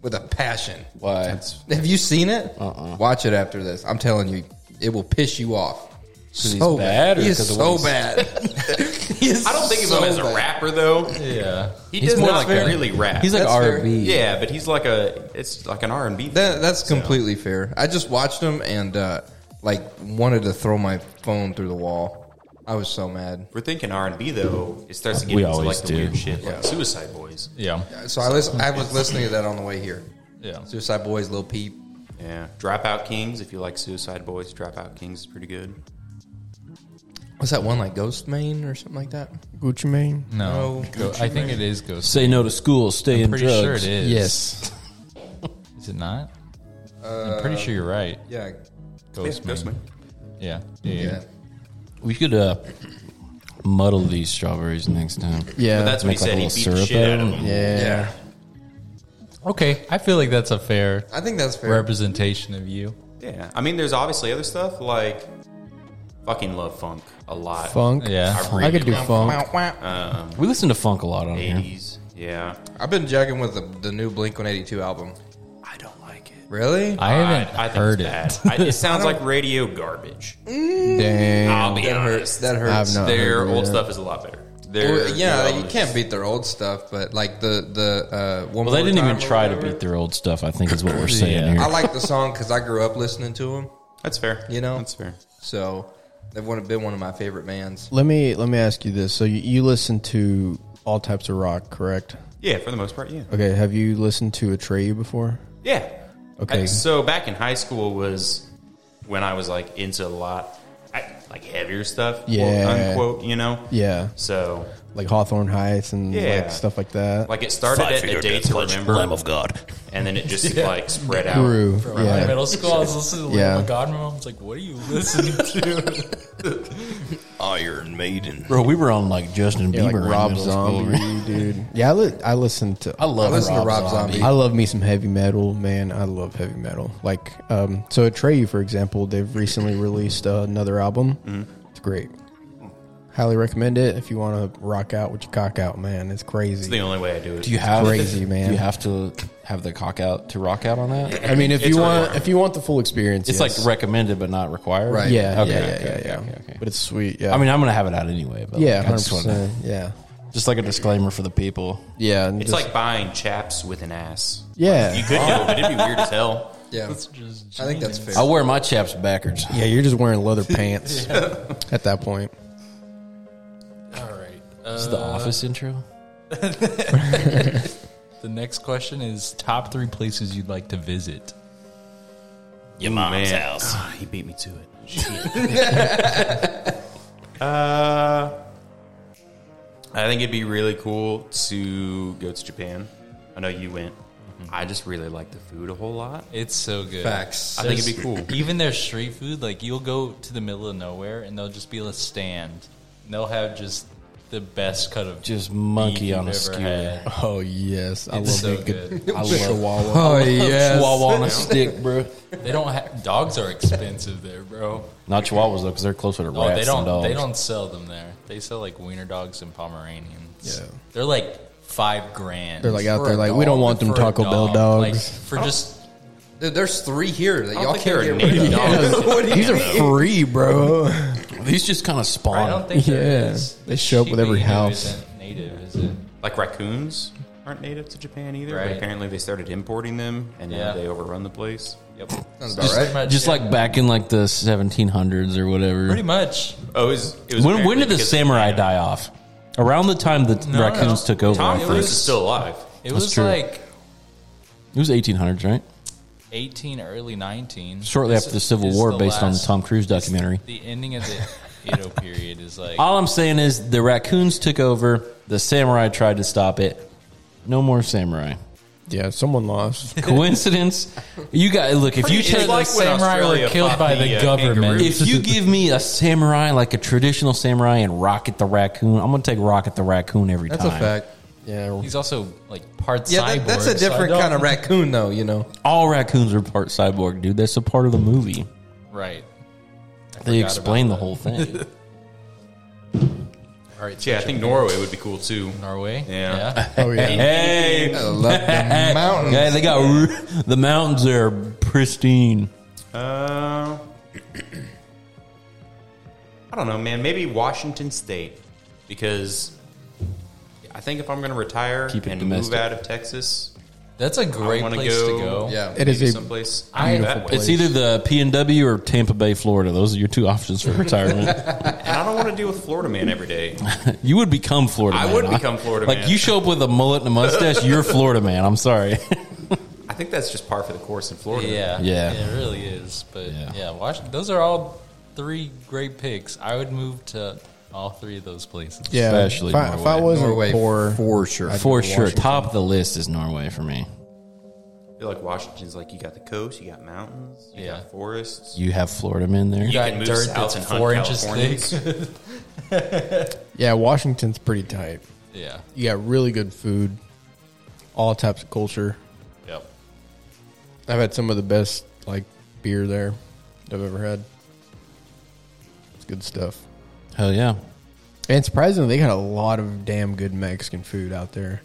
S5: with a passion.
S1: Why?
S5: Have you seen it?
S1: Uh-uh.
S5: Watch it after this. I'm telling you, it will piss you off.
S1: he's
S5: So
S1: bad or
S5: He is
S1: 'cause of
S5: so
S1: what he's-
S5: bad. He is
S3: I don't think
S5: so
S3: of him as a
S5: bad.
S3: rapper though.
S4: Yeah.
S3: He
S1: He's
S3: does
S1: more like
S3: not
S1: a-
S3: really rap.
S1: He's like
S5: That's fair.
S1: R B.
S3: Yeah, but he's like a it's like an R and B.
S5: That, that's completely fair. I just watched him and uh, like wanted to throw my phone through the wall. I was so mad.
S3: We're thinking R and B though. It starts to get
S1: We
S3: into like
S1: always
S3: the
S1: do.
S3: weird shit, like Suicide Boys.
S4: Yeah.
S5: So I listen, I was listening to that on the way here.
S4: Yeah.
S5: Suicide Boys, Lil Peep.
S3: Yeah, Dropout Kings. If you like Suicide Boys, Dropout Kings is pretty good.
S5: What's that one like Ghost Main or something like that?
S2: Gucci Mane.
S4: No.
S5: No.
S4: Go- I think it is Ghost.
S1: Say no to school. Stay in
S4: Pretty
S1: drugs.
S4: sure it is.
S2: Yes.
S4: Is it not? I'm pretty sure you're right.
S5: Yeah,
S4: Ghost
S3: Uh, Ghost
S4: Man.
S3: Man.
S4: Yeah. Yeah. yeah.
S5: yeah.
S1: We could uh, muddle these strawberries next time.
S2: Yeah.
S3: But that's what
S1: Make
S3: he
S1: like a
S3: said. He
S1: little
S3: beat the
S1: syrup
S3: shit
S1: out
S3: out
S1: of
S3: of
S1: them.
S3: them.
S2: yeah.
S5: Yeah.
S4: Okay. I feel like that's a fair
S5: I think that's fair.
S4: representation of you.
S3: Yeah, I mean, there's obviously other stuff like fucking love funk a lot.
S2: Funk.
S4: Yeah.
S3: I
S2: I
S3: really
S2: could do
S3: love
S2: funk.
S5: Wah, wah.
S1: We listen to funk a lot on here.
S3: 80s. Yeah.
S5: I've been jacking with the, the new Blink 182 album.
S3: I don't like it.
S5: Really?
S4: I haven't
S3: I, I think
S4: heard
S3: it's
S4: it.
S3: bad. I, it sounds like radio garbage.
S2: Damn.
S3: I'll be
S5: that hurts.
S3: honest.
S5: That
S2: I have
S5: hurts.
S2: not
S3: Their
S2: heard of
S3: old
S2: that.
S3: stuff is a lot better.
S5: Well,
S3: Their
S5: yeah,
S3: new
S5: you
S3: album is-
S5: can't beat their old stuff, but like the the uh, one.
S1: Well, they
S5: More
S1: didn't even
S5: Time or
S1: try to
S5: whatever.
S1: beat their old stuff. I think is what we're saying
S5: I
S1: here.
S5: like the song because I grew up listening to them,
S3: That's fair.
S5: You know?
S3: that's fair.
S5: so they've one- been one of my favorite bands.
S2: Let me let me ask you this. So you, you listen to all types of rock, correct?
S3: Yeah, for the most part. Yeah.
S2: Okay. Have you listened to a Atreyu before?
S3: Yeah.
S2: Okay.
S3: I- so back in high school was when I was like into a lot, I, like heavier stuff. quote
S2: Yeah.
S3: unquote. You know.
S2: Yeah,
S3: So
S2: like Hawthorne Heights and
S3: Yeah.
S2: like stuff like that.
S3: like it started at a
S6: Five-fingered
S3: day
S6: death
S3: to
S6: punch,
S3: remember,
S6: Lamb of God.
S3: and then it just like spread out.
S2: Guru.
S4: In
S2: Yeah.
S4: middle school, I was listening to
S2: Yeah.
S4: Lady Gaga. I was like, "What are you listening to?"
S6: Iron Maiden.
S1: Bro, we were on like Justin
S2: Yeah, like
S1: in
S2: Rob
S1: middle school.
S2: Zombie, dude. Yeah, I, li- I listen to.
S1: I love
S5: I listen
S1: Rob,
S5: to Rob
S1: Zombie.
S5: Zombie.
S2: I love me some heavy metal, man. I love heavy metal. Like, um, so Atreyu, for example, they've recently released uh, another album. It's great. Highly recommend it if you want to rock out with your cock out, man. It's crazy.
S3: It's the only way I do it.
S1: Do you have
S2: Crazy, man.
S1: Do you have to have the cock out to rock out on that?
S2: I mean, if
S3: It's
S2: you want,
S3: required.
S2: if you want the full experience,
S1: It's
S2: yes.
S1: like recommended but not required.
S5: Right.
S2: yeah,
S1: Okay,
S2: yeah, yeah,
S1: okay,
S2: yeah, yeah.
S1: okay, okay, okay.
S2: But it's sweet. Yeah,
S1: I mean, I'm gonna have it out anyway. But
S2: yeah,
S1: like, I
S2: hundred
S1: just wanna-
S2: percent. Yeah,
S1: Just like a disclaimer for the people.
S2: yeah. and
S3: It's
S2: just-
S3: like buying chaps with an ass.
S2: yeah,
S3: You could do it, but it'd be weird as hell.
S5: Yeah,
S4: just
S5: I think that's fair.
S1: I wear my chaps backwards.
S4: Uh,
S2: yeah. You're just wearing leather pants at that point.
S4: all right.
S1: This is the office intro.
S4: The next question is top three places you'd like to visit.
S6: Your mom's
S3: Man.
S6: house.
S3: Ah, he beat me to it. uh, I think it'd be really cool to go to Japan. I know you went. I just really like the food a whole lot.
S4: It's so good.
S5: Facts.
S3: I think it'd be cool.
S4: Even their street food, like you'll go to the middle of nowhere and there'll just be a stand. And they'll have just the best cut of
S1: Just
S4: beef
S1: monkey
S4: you've
S1: on a
S4: ever
S1: skewer.
S4: had.
S2: Oh yes, I
S4: It's so
S2: love that.
S4: good.
S1: I love
S5: oh yes,
S1: chihuahua on a stick, bro.
S4: They don't have dogs are expensive there, bro.
S1: Not chihuahuas though, because they're closer to
S4: Oh,
S1: rats
S4: they
S1: than
S4: don't
S1: dogs.
S4: they don't sell them there. They sell like wiener dogs and pomeranians.
S2: Yeah.
S4: They're like five grand.
S2: They're like out
S5: For
S2: there,
S5: a
S2: like we
S5: dog,
S2: don't want them
S4: for a
S2: Taco Bell
S4: dog, like,
S2: dogs.
S4: for just
S5: Dude, there's three here that y'all
S3: think they're
S5: can't
S3: a
S5: get
S3: native
S5: rid of.
S3: dog.
S5: What do you
S2: These are
S5: mean?
S2: free, bro.
S1: These just kind of spawn.
S4: I don't think there
S2: Yeah.
S4: is.
S2: They show up with every
S4: Shiba Inu
S2: house.
S4: isn't native, is it?
S3: Like raccoons aren't native to Japan either,
S4: Right.
S3: but apparently they started importing them, and
S4: Yeah.
S3: now they overrun the place.
S4: Yep.
S5: Sounds about right.
S1: just like back in like the 1700s or whatever.
S4: pretty much.
S3: Oh, it was, it was
S1: when when
S3: apparently
S1: did the
S3: because
S1: samurai die off? Around the time the
S4: No,
S1: raccoons
S4: no.
S1: took over, I
S3: Tom
S1: think.
S3: Cruise is still alive.
S4: It
S1: That's
S4: was
S1: true.
S4: like
S1: It was 1800s, right?
S4: eighteen, early nineteen.
S1: Shortly
S4: This
S1: after the
S4: is-
S1: Civil
S4: is
S1: War, based on the
S4: last-
S1: Tom Cruise
S4: this-
S1: documentary.
S4: The ending of the Edo period is like
S1: All I'm saying is the raccoons took over. The samurai tried to stop it. No more samurai.
S2: Yeah, someone lost.
S1: Coincidence? You got look. If you
S3: It's
S1: take,
S3: like when
S4: samurai
S3: Australia
S4: were killed
S3: fought
S4: by the
S3: uh,
S4: government.
S3: kangaroo.
S1: if you give me a samurai like a traditional samurai and Rocket the raccoon, I'm gonna take Rocket the raccoon every
S5: That's a
S1: time.
S5: fact.
S2: Yeah,
S4: he's also like part
S5: Yeah, that,
S4: cyborg,
S5: that's a
S4: so I
S5: different
S4: don't-
S5: kind of raccoon, though. You know,
S1: All raccoons are part cyborg, dude. That's a part of the movie.
S4: right.
S1: They
S4: forgot
S1: explain the
S4: about
S1: whole thing.
S4: All right,
S3: Yeah, I think Norway would be cool too.
S4: Norway.
S3: Yeah.
S2: oh yeah.
S1: hey,
S5: I love the mountains.
S1: Yeah, they got r- the mountains are pristine.
S3: Uh, I don't know, man. Maybe Washington State, because I think if I'm going to retire
S1: Keep it
S3: and
S1: domestic.
S3: move out of Texas,
S4: that's a great
S3: wanna
S4: place
S3: go-
S4: to go.
S5: Yeah,
S2: It is
S3: maybe
S2: a
S3: someplace
S4: I-
S3: that way.
S1: It's either the P and W or Tampa Bay, Florida. Those are your two options for retirement.
S3: and I don't want to deal with Florida man every day.
S1: you would become Florida.
S3: I
S1: man.
S3: would become Florida
S1: Like
S3: man.
S1: you show up with a mullet and a mustache, you're Florida man. I'm sorry.
S3: I think that's just par for the course in Florida.
S4: Yeah,
S1: Yeah.
S4: it really is. But
S1: Yeah.
S4: yeah, Washington, those are all three great picks. I would move to all three of those places.
S2: Yeah,
S1: Especially
S2: if I, if I
S1: Norway.
S2: wasn't
S5: Norway
S2: poor,
S5: for sure.
S1: for sure, top of the list is Norway for me.
S3: I feel like Washington's like you got the coast, you got mountains, you
S4: Yeah.
S3: got forests.
S1: You have Florida men there.
S4: You
S3: You
S4: got
S3: can move
S4: dirt
S3: south
S4: that's
S3: and hunt
S4: four inches
S3: Californians.
S4: thick.
S2: yeah, Washington's pretty tight.
S4: yeah.
S2: You got really good food, all types of culture.
S4: Yep.
S2: I've had some of the best like beer there that I've ever had. It's good stuff.
S1: Hell yeah.
S2: And surprisingly, they got a lot of damn good Mexican food out there.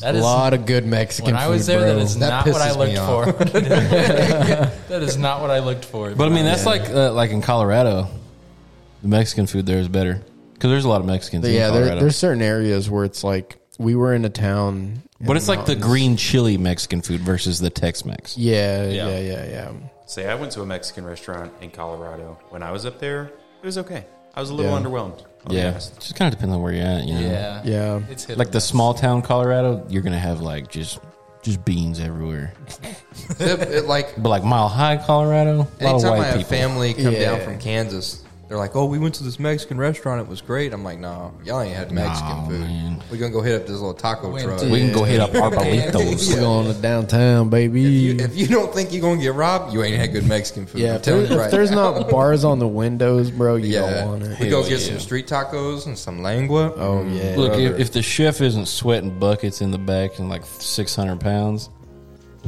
S4: That
S2: a
S4: is
S2: lot of good Mexican
S4: when
S2: food.
S4: I was there.
S2: bro.
S4: That is
S5: That
S4: not what I
S5: pisses me
S4: looked
S5: off.
S4: for. that is not what I looked for.
S1: But I mean, that's like uh, like in Colorado, the Mexican food there is better because there's a lot of Mexicans.
S2: But
S1: in
S2: yeah, there,
S1: Colorado.
S2: there's certain areas where it's like we were in a town, in
S1: But it's like the
S2: mountains.
S1: green chili Mexican food versus the Tex-Mex.
S2: Yeah,
S3: Yeah.
S2: yeah, yeah, yeah,
S3: Say, I went to a Mexican restaurant in Colorado. When I was up there, it was okay. I was a little
S2: Yeah.
S3: underwhelmed. I'll be
S1: Yeah,
S3: honest.
S1: just kind of depends on where you're at. You know?
S4: yeah,
S2: yeah.
S4: It's hit
S1: like
S4: or
S1: the
S4: miss.
S1: small town Colorado, you're gonna have like just just beans everywhere.
S5: It- it, like
S1: But like Mile High, Colorado, a lot of
S5: anytime I
S1: white
S5: have
S1: people.
S5: family come
S2: Yeah.
S5: down from Kansas, they're like, "Oh, we went to this Mexican restaurant. It was great." I'm like, "No, y'all ain't had Mexican
S1: Nah,
S5: food.
S1: man.
S5: We're gonna go hit up this little taco
S4: Went
S5: truck."
S4: to-
S1: we can go hit up our burritos.
S2: We're going to downtown, baby.
S5: You- if you don't think you're gonna get robbed, you ain't had good Mexican food.
S2: yeah,
S5: I'm
S2: if, there,
S5: telling you
S2: if
S5: right
S2: there's
S5: now.
S2: not bars on the windows, bro, you
S5: yeah,
S2: don't want it.
S5: we go
S1: Hell
S5: get
S1: yeah.
S5: some street tacos and some lengua. Mm.
S2: Oh yeah,
S1: Look, if, if the chef isn't sweating buckets in the back and like 600 pounds,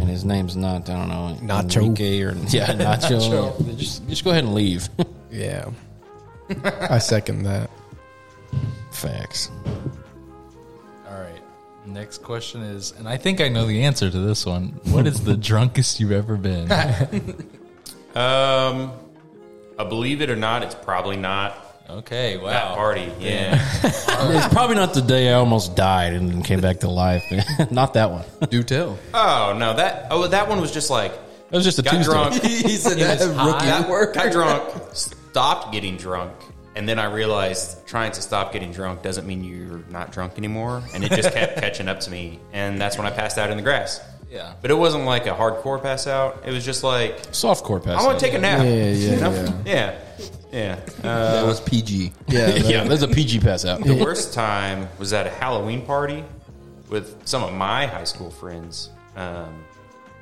S1: and his name's not, I don't know,
S2: Nacho.
S1: Enrique or yeah, Nacho, yeah, Just, just go ahead and leave.
S2: yeah. I second that.
S1: Facts.
S4: All right. Next question is, and I think I know the answer to this one. What is the drunkest you've ever been?
S3: Um, I believe it or not, it's probably not
S4: Okay.
S3: that
S4: Wow.
S3: party. Yeah,
S1: It's probably not the day I almost died and then came back to life. not that one. It
S5: do tell.
S3: Oh no, that oh that one was just like
S1: was just a
S3: got
S1: Tuesday.
S3: drunk,
S5: he said that
S3: was
S5: rookie
S3: got,
S5: work.
S3: got drunk, stopped getting drunk, and then I realized trying to stop getting drunk doesn't mean you're not drunk anymore, and it just kept catching up to me, and that's when I passed out in the grass.
S4: Yeah.
S3: But it wasn't like a hardcore pass out. It was just like
S1: Softcore pass.
S3: I want to take a nap.
S2: Yeah, yeah,
S3: You know?
S2: yeah.
S3: yeah, yeah. Uh,
S5: that was PG.
S2: Yeah,
S1: yeah, there's a PG pass out.
S3: The worst time was at a Halloween party with some of my high school friends. Um,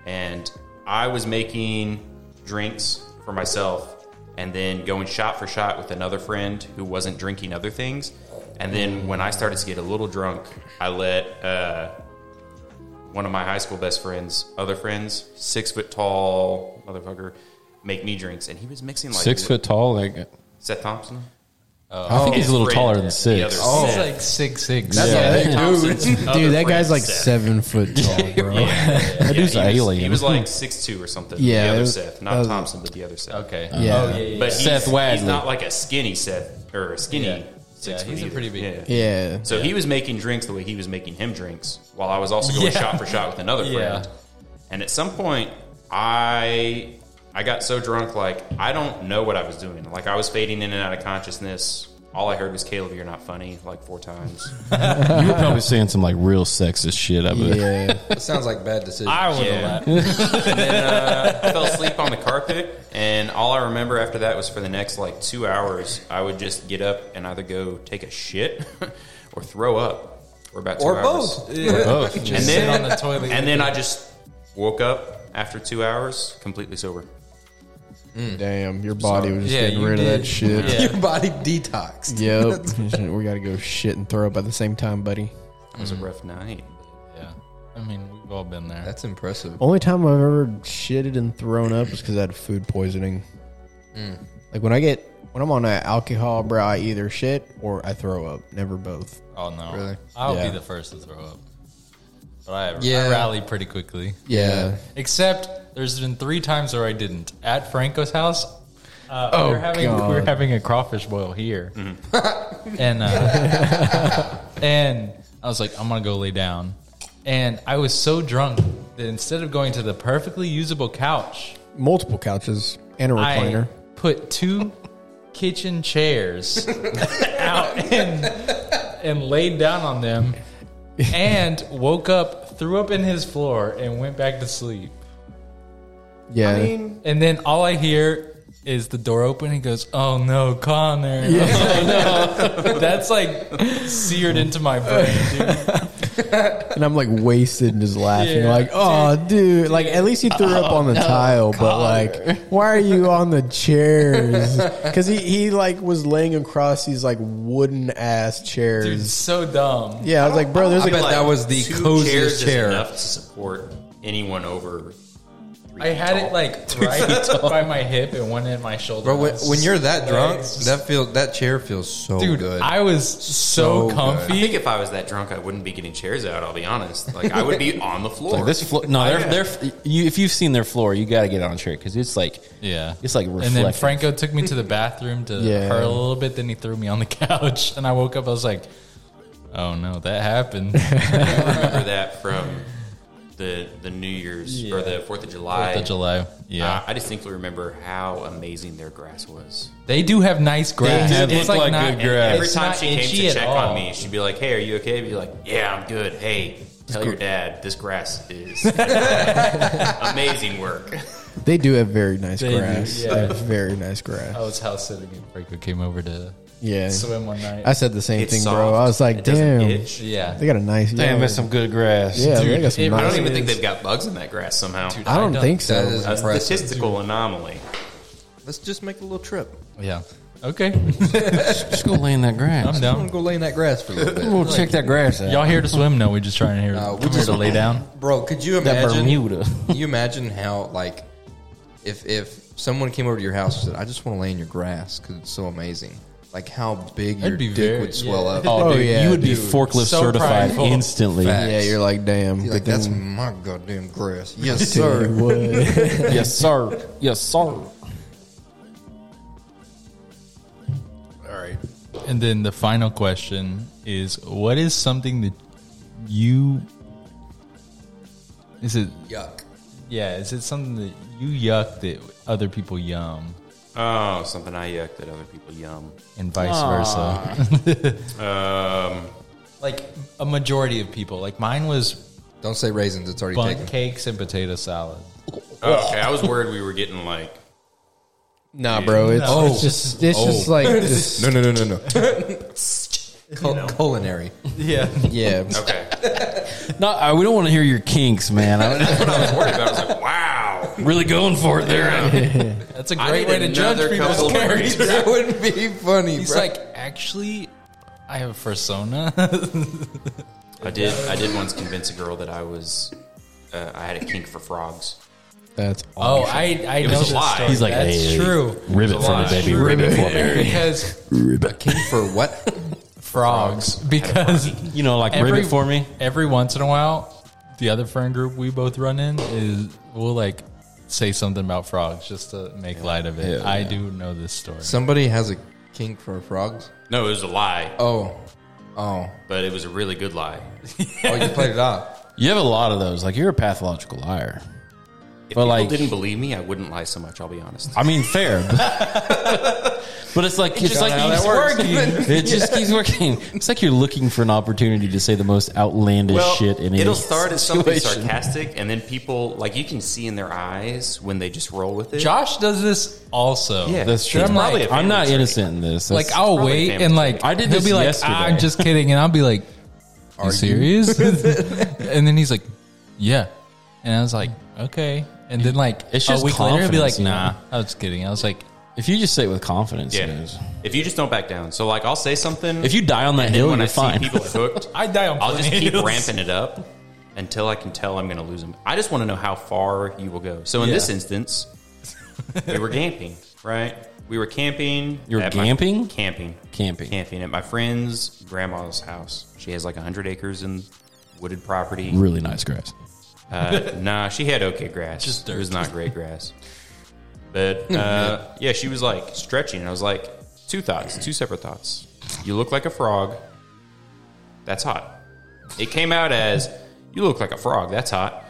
S3: and I was making drinks for myself and then going shot for shot with another friend who wasn't drinking other things. And then when I started to get a little drunk, I let uh, one of my high school best friends, other friends, six foot tall motherfucker, make me drinks. And he was mixing like
S1: Six foot tall. Like
S3: Seth Thompson.
S1: I think he's a little
S3: His friend,
S1: taller than
S3: Uh, the
S1: six.
S3: other
S4: Oh, it's
S3: Seth.
S4: like six six.
S1: That's
S2: Yeah,
S1: a
S2: that- dude, that guy's like seven foot tall, bro.
S3: That
S1: dude's
S3: he
S1: an
S3: was,
S1: alien.
S3: He was like six two or something.
S2: Yeah,
S3: the
S2: it
S3: other
S2: was-
S3: Seth,
S2: that
S3: not
S2: was-
S3: Thompson, but the other Seth.
S4: Okay.
S2: Yeah.
S4: Oh, yeah, yeah,
S3: but
S4: yeah.
S1: Seth
S3: he's, he's
S1: Wadley.
S3: not like a skinny Seth or a skinny.
S4: Yeah.
S3: Six
S4: Yeah,
S3: foot
S4: he's a
S3: either.
S4: pretty big
S3: Yeah.
S4: dude.
S2: Yeah,
S3: So he was making drinks the way he was making him drinks, while I was also going
S4: Yeah.
S3: shot for shot with another
S4: Yeah.
S3: friend. And at some point, I I got so drunk, like I don't know what I was doing. Like I was fading in and out of consciousness. All I heard was Caleb, you're not funny, like four times.
S1: You were probably saying some like real sexist shit. I bet.
S2: yeah.
S5: That sounds like bad decision.
S3: Yeah. and then uh, I fell asleep on the carpet, and all I remember after that was for the next like two hours, I would just get up and either go take a shit or throw up for about two
S5: or
S3: hours.
S5: both.
S1: Oh,
S4: Just
S3: And
S4: sit
S3: then-
S4: on the toilet.
S3: And then I just woke up after two hours completely sober.
S2: Damn, your body was just
S4: Yeah,
S2: getting
S4: you
S2: rid of
S4: did.
S2: that shit.
S4: Yeah.
S5: Your body detoxed.
S2: Yep, we gotta go shit and throw up at the same time, buddy.
S3: It
S4: Mm-hmm.
S3: was a rough night.
S4: yeah. I mean, we've all been there.
S5: That's impressive.
S2: Only time I've ever shitted and thrown up is because I had food poisoning.
S4: Mm.
S2: Like when I get when I'm on an alcohol, bro, I either shit or I throw up. Never both.
S4: Oh no.
S5: Really?
S4: I'll
S2: Yeah.
S4: be the first to throw up. But I,
S5: Yeah.
S4: I rally pretty quickly.
S5: Yeah.
S4: Except there's been three times where I didn't. At Franco's house, uh, we, were
S2: Oh,
S4: having, we were
S2: God.
S4: having a crawfish boil here. and uh, and I was like, I'm going to go lay down. And I was so drunk that instead of going to the perfectly usable couch,
S2: multiple couches and a
S4: I
S2: recliner.
S4: put two kitchen chairs out and, and laid down on them and woke up, threw up in his floor, and went back to sleep.
S2: yeah,
S4: And then all I hear is the door open. He goes, "Oh no, Connor! Oh no!" That's like seared into my brain. Dude.
S2: and I'm like wasted and just laughing,
S4: Yeah.
S2: like, "Oh, dude. Like, at least he threw up on the tile, but like, why are you on the chairs? Because he he like was laying across these like wooden ass
S4: Dude,
S2: chairs.
S4: so dumb.
S2: yeah, I was like, bro, there's
S5: I
S2: a
S5: bet that was the
S3: two
S5: coziest
S3: chairs is
S5: chair.
S3: enough to support anyone over
S4: I had it like right by my hip and one in my shoulder.
S5: Bro, when,
S4: I was
S5: when you're that
S4: so-
S5: drunk, that feel that chair feels so
S4: dude,
S5: good.
S4: I was
S5: So
S4: so,
S5: good.
S3: I
S4: comfy.
S3: think if I was that drunk, I wouldn't be getting chairs out. I'll be honest. Like I would be on the floor.
S1: Like this floor, no, they're, they're you, if you've seen their floor, you got to get on a chair because it's like
S4: Yeah,
S1: it's like
S4: And then
S1: reflective.
S4: Franco took me to the bathroom to
S2: Yeah.
S4: hurl a little bit. Then he threw me on the couch, and I woke up. I was like, "Oh no, that happened."
S3: remember that from the the New Year's or the Fourth of July.
S4: Fourth of July. Yeah,
S3: Uh, I distinctly remember how amazing their grass was.
S4: they do have nice grass.
S1: do look like good
S4: and
S1: grass.
S4: it's
S3: Every time
S4: not
S3: she came
S4: itchy
S3: to
S4: at
S3: check
S4: all.
S3: on me, she'd be like, "Hey, are you okay?" I'd be like, "Yeah, I'm good." Hey, tell your dad this grass is amazing work.
S2: They do have very nice
S4: do,
S2: grass.
S4: yeah.
S2: They have very nice grass.
S4: I was house sitting, and Franco came over to
S2: Yeah.
S4: swim one night.
S2: I said the same
S3: It's
S2: thing,
S3: soft.
S2: bro. I was like,
S3: It doesn't
S2: damn.
S3: itch.
S4: yeah,
S2: They got a nice
S1: Damn,
S2: yard.
S1: that's some good grass.
S2: Yeah, they got
S4: it-
S2: some
S4: I
S3: I
S2: nice
S3: don't even think
S2: yards.
S3: they've got bugs in that grass somehow.
S4: Dude,
S2: I don't think so.
S5: that is
S3: A
S5: impressive.
S3: statistical anomaly.
S5: Let's just make a little trip.
S4: Yeah. Okay.
S1: Just go lay in that grass.
S4: I'm
S5: I'm gonna
S4: down.
S5: go lay in that grass for a little bit.
S1: We'll check that grass out.
S4: Y'all here to swim? No, we just trying to hear.
S3: Uh,
S5: No, we
S4: come here
S5: Uh, just-
S4: to lay down.
S5: Bro, could you
S1: that
S5: imagine?
S1: Bermuda.
S5: Can you imagine how like if if someone came over to your house and said, "I just want to lay in your grass because it's so amazing," like how big your
S4: That'd be
S5: dick
S4: very-
S5: would swell
S4: yeah.
S5: up.
S1: Oh,
S2: Oh,
S1: dude,
S2: yeah,
S1: you would be
S5: dude.
S1: forklift
S4: So
S1: certified
S4: prideful.
S1: instantly.
S5: Fact.
S2: Yeah, you're like, damn.
S5: You're
S2: But
S5: like
S2: then,
S5: that's my goddamn grass. Yes,
S2: dude,
S5: sir.
S2: what?
S1: yes, sir. Yes, sir.
S5: All right.
S4: And then the final question is: What is something that you is it?
S5: Yuck.
S4: Yeah, is it something that you yuck that other people yum
S3: Oh, something I yuck that other people yum.
S4: and vice versa?
S3: Um,
S4: Like a majority of people. Like mine was
S5: Don't say raisins. It's already
S4: bun
S5: taken.
S4: cakes and potato salad.
S3: okay, I was worried we were getting like
S2: nah, bro. It's,
S4: No.
S2: it's just it's just like this,
S5: No, no, no, no, no. Cul- Culinary.
S4: Yeah,
S2: yeah.
S3: okay.
S1: No, I, we don't want to hear your kinks, man. I,
S3: That's what I was worried about. I was like, wow.
S1: really going for it there.
S4: that's a
S3: I
S4: great
S3: need
S4: way to judge
S3: another
S4: people's
S3: couple more
S4: character.
S3: years.
S5: That would be funny,
S4: He's
S5: bro.
S4: like, actually, I have a persona.
S3: Oh, I did. I did once convince a girl that I was. Uh, I had a kink for frogs.
S2: That's
S4: Oh, I I
S3: It
S4: know
S3: was a
S4: this
S3: lie.
S4: story.
S3: He's
S1: like,
S4: that's
S1: "Hey,
S4: true.
S1: Ribbit for me,
S3: lot.
S1: baby.
S4: True.
S1: Ribbit for me.
S4: because
S5: for what?
S4: frogs. Because
S1: You know, like
S4: every
S1: ribbit for me.
S4: every once in a while, the other friend group we both run in is we'll like say something about frogs just to make light of it. I do know this story.
S5: Somebody has a kink for frogs.
S3: No, it was a lie,
S5: Oh, oh,
S3: but it was a really good lie.
S5: oh! You played it off.
S1: You have a lot of those. Like you're a pathological liar.
S3: If
S1: But,
S3: people
S1: like-
S3: didn't believe me, I wouldn't lie so much. I'll be honest.
S1: I mean, fair. But, but it's like it's like
S5: how
S1: keeps
S5: that works.
S1: working. It just keeps working. It's like you're looking for an opportunity to say the most outlandish shit in any
S3: it'll start as something
S1: situation.
S3: sarcastic, and then people like you can see in their eyes when they just roll with it.
S4: Josh does this also.
S3: Yeah.
S1: That's true.
S4: I'm
S1: I'm,
S4: like-
S3: probably a family
S1: not
S3: trait.
S1: innocent in this. That's-
S4: Like I'll
S3: probably
S4: wait
S3: family
S4: and like
S1: I did
S4: he'll
S1: this
S4: be like "Ah,
S1: yesterday.
S4: I'm just kidding and I'll be like Are you serious? and then he's like yeah. And I was like okay. And then like
S1: It's just
S4: a week later he'll be
S1: confidence,
S4: like
S1: you know?
S4: nah, I was kidding. I was like
S1: if you just say it with confidence,
S3: yeah.
S1: it is.
S3: If you just don't back down, so like I'll say something.
S1: if you die on that
S3: and then
S1: hill,
S3: when
S1: you're
S3: I
S1: fine.
S3: see people hooked,
S4: I die on
S3: I'll just keep
S4: planes.
S3: ramping it up until I can tell I'm going to lose them. I just want to know how far you will go. So in
S4: Yeah.
S3: this instance, we were camping, right? We were camping.
S1: You were
S3: at my-
S1: gamping?
S3: camping.
S1: Camping.
S3: Camping at my friend's grandma's house. She has like 100 acres in wooded property.
S1: really nice grass.
S3: Uh, nah, she had okay grass.
S4: Just
S3: It was
S4: dirt.
S3: not great grass. But uh, yeah, she was like stretching, and I was like, two thoughts, two separate thoughts. You look like a frog. That's hot. It came out as you look like a frog. That's hot.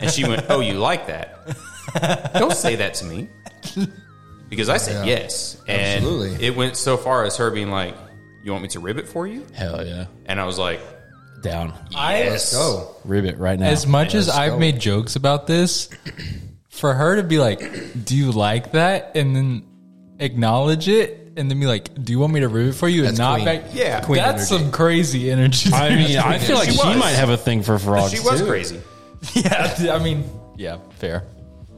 S3: And she went, oh, you like that? Don't say that to me. Because I said
S5: Yeah.
S3: yes, and
S5: Absolutely.
S3: it went so far as her being like, "You want me to rib it for you?"
S1: Hell yeah,
S3: And I was like,
S1: down
S4: I
S3: "Yes."
S5: Go.
S1: ribbit right now.
S4: as much as
S5: let's
S4: I've
S5: go.
S4: made jokes about this, for her to be like, "Do you like that?" and then acknowledge it, and then be like, "Do you want me to rib it for you?" and
S5: That's
S4: not
S5: queen.
S4: back.
S3: Yeah.
S4: queen
S5: Queen
S4: that's
S5: energy.
S4: some crazy energy.
S1: I mean, I feel like
S3: She
S1: she,
S3: was.
S1: might have a thing for frogs.
S3: She was
S1: too.
S3: crazy.
S4: yeah, I mean, yeah, fair.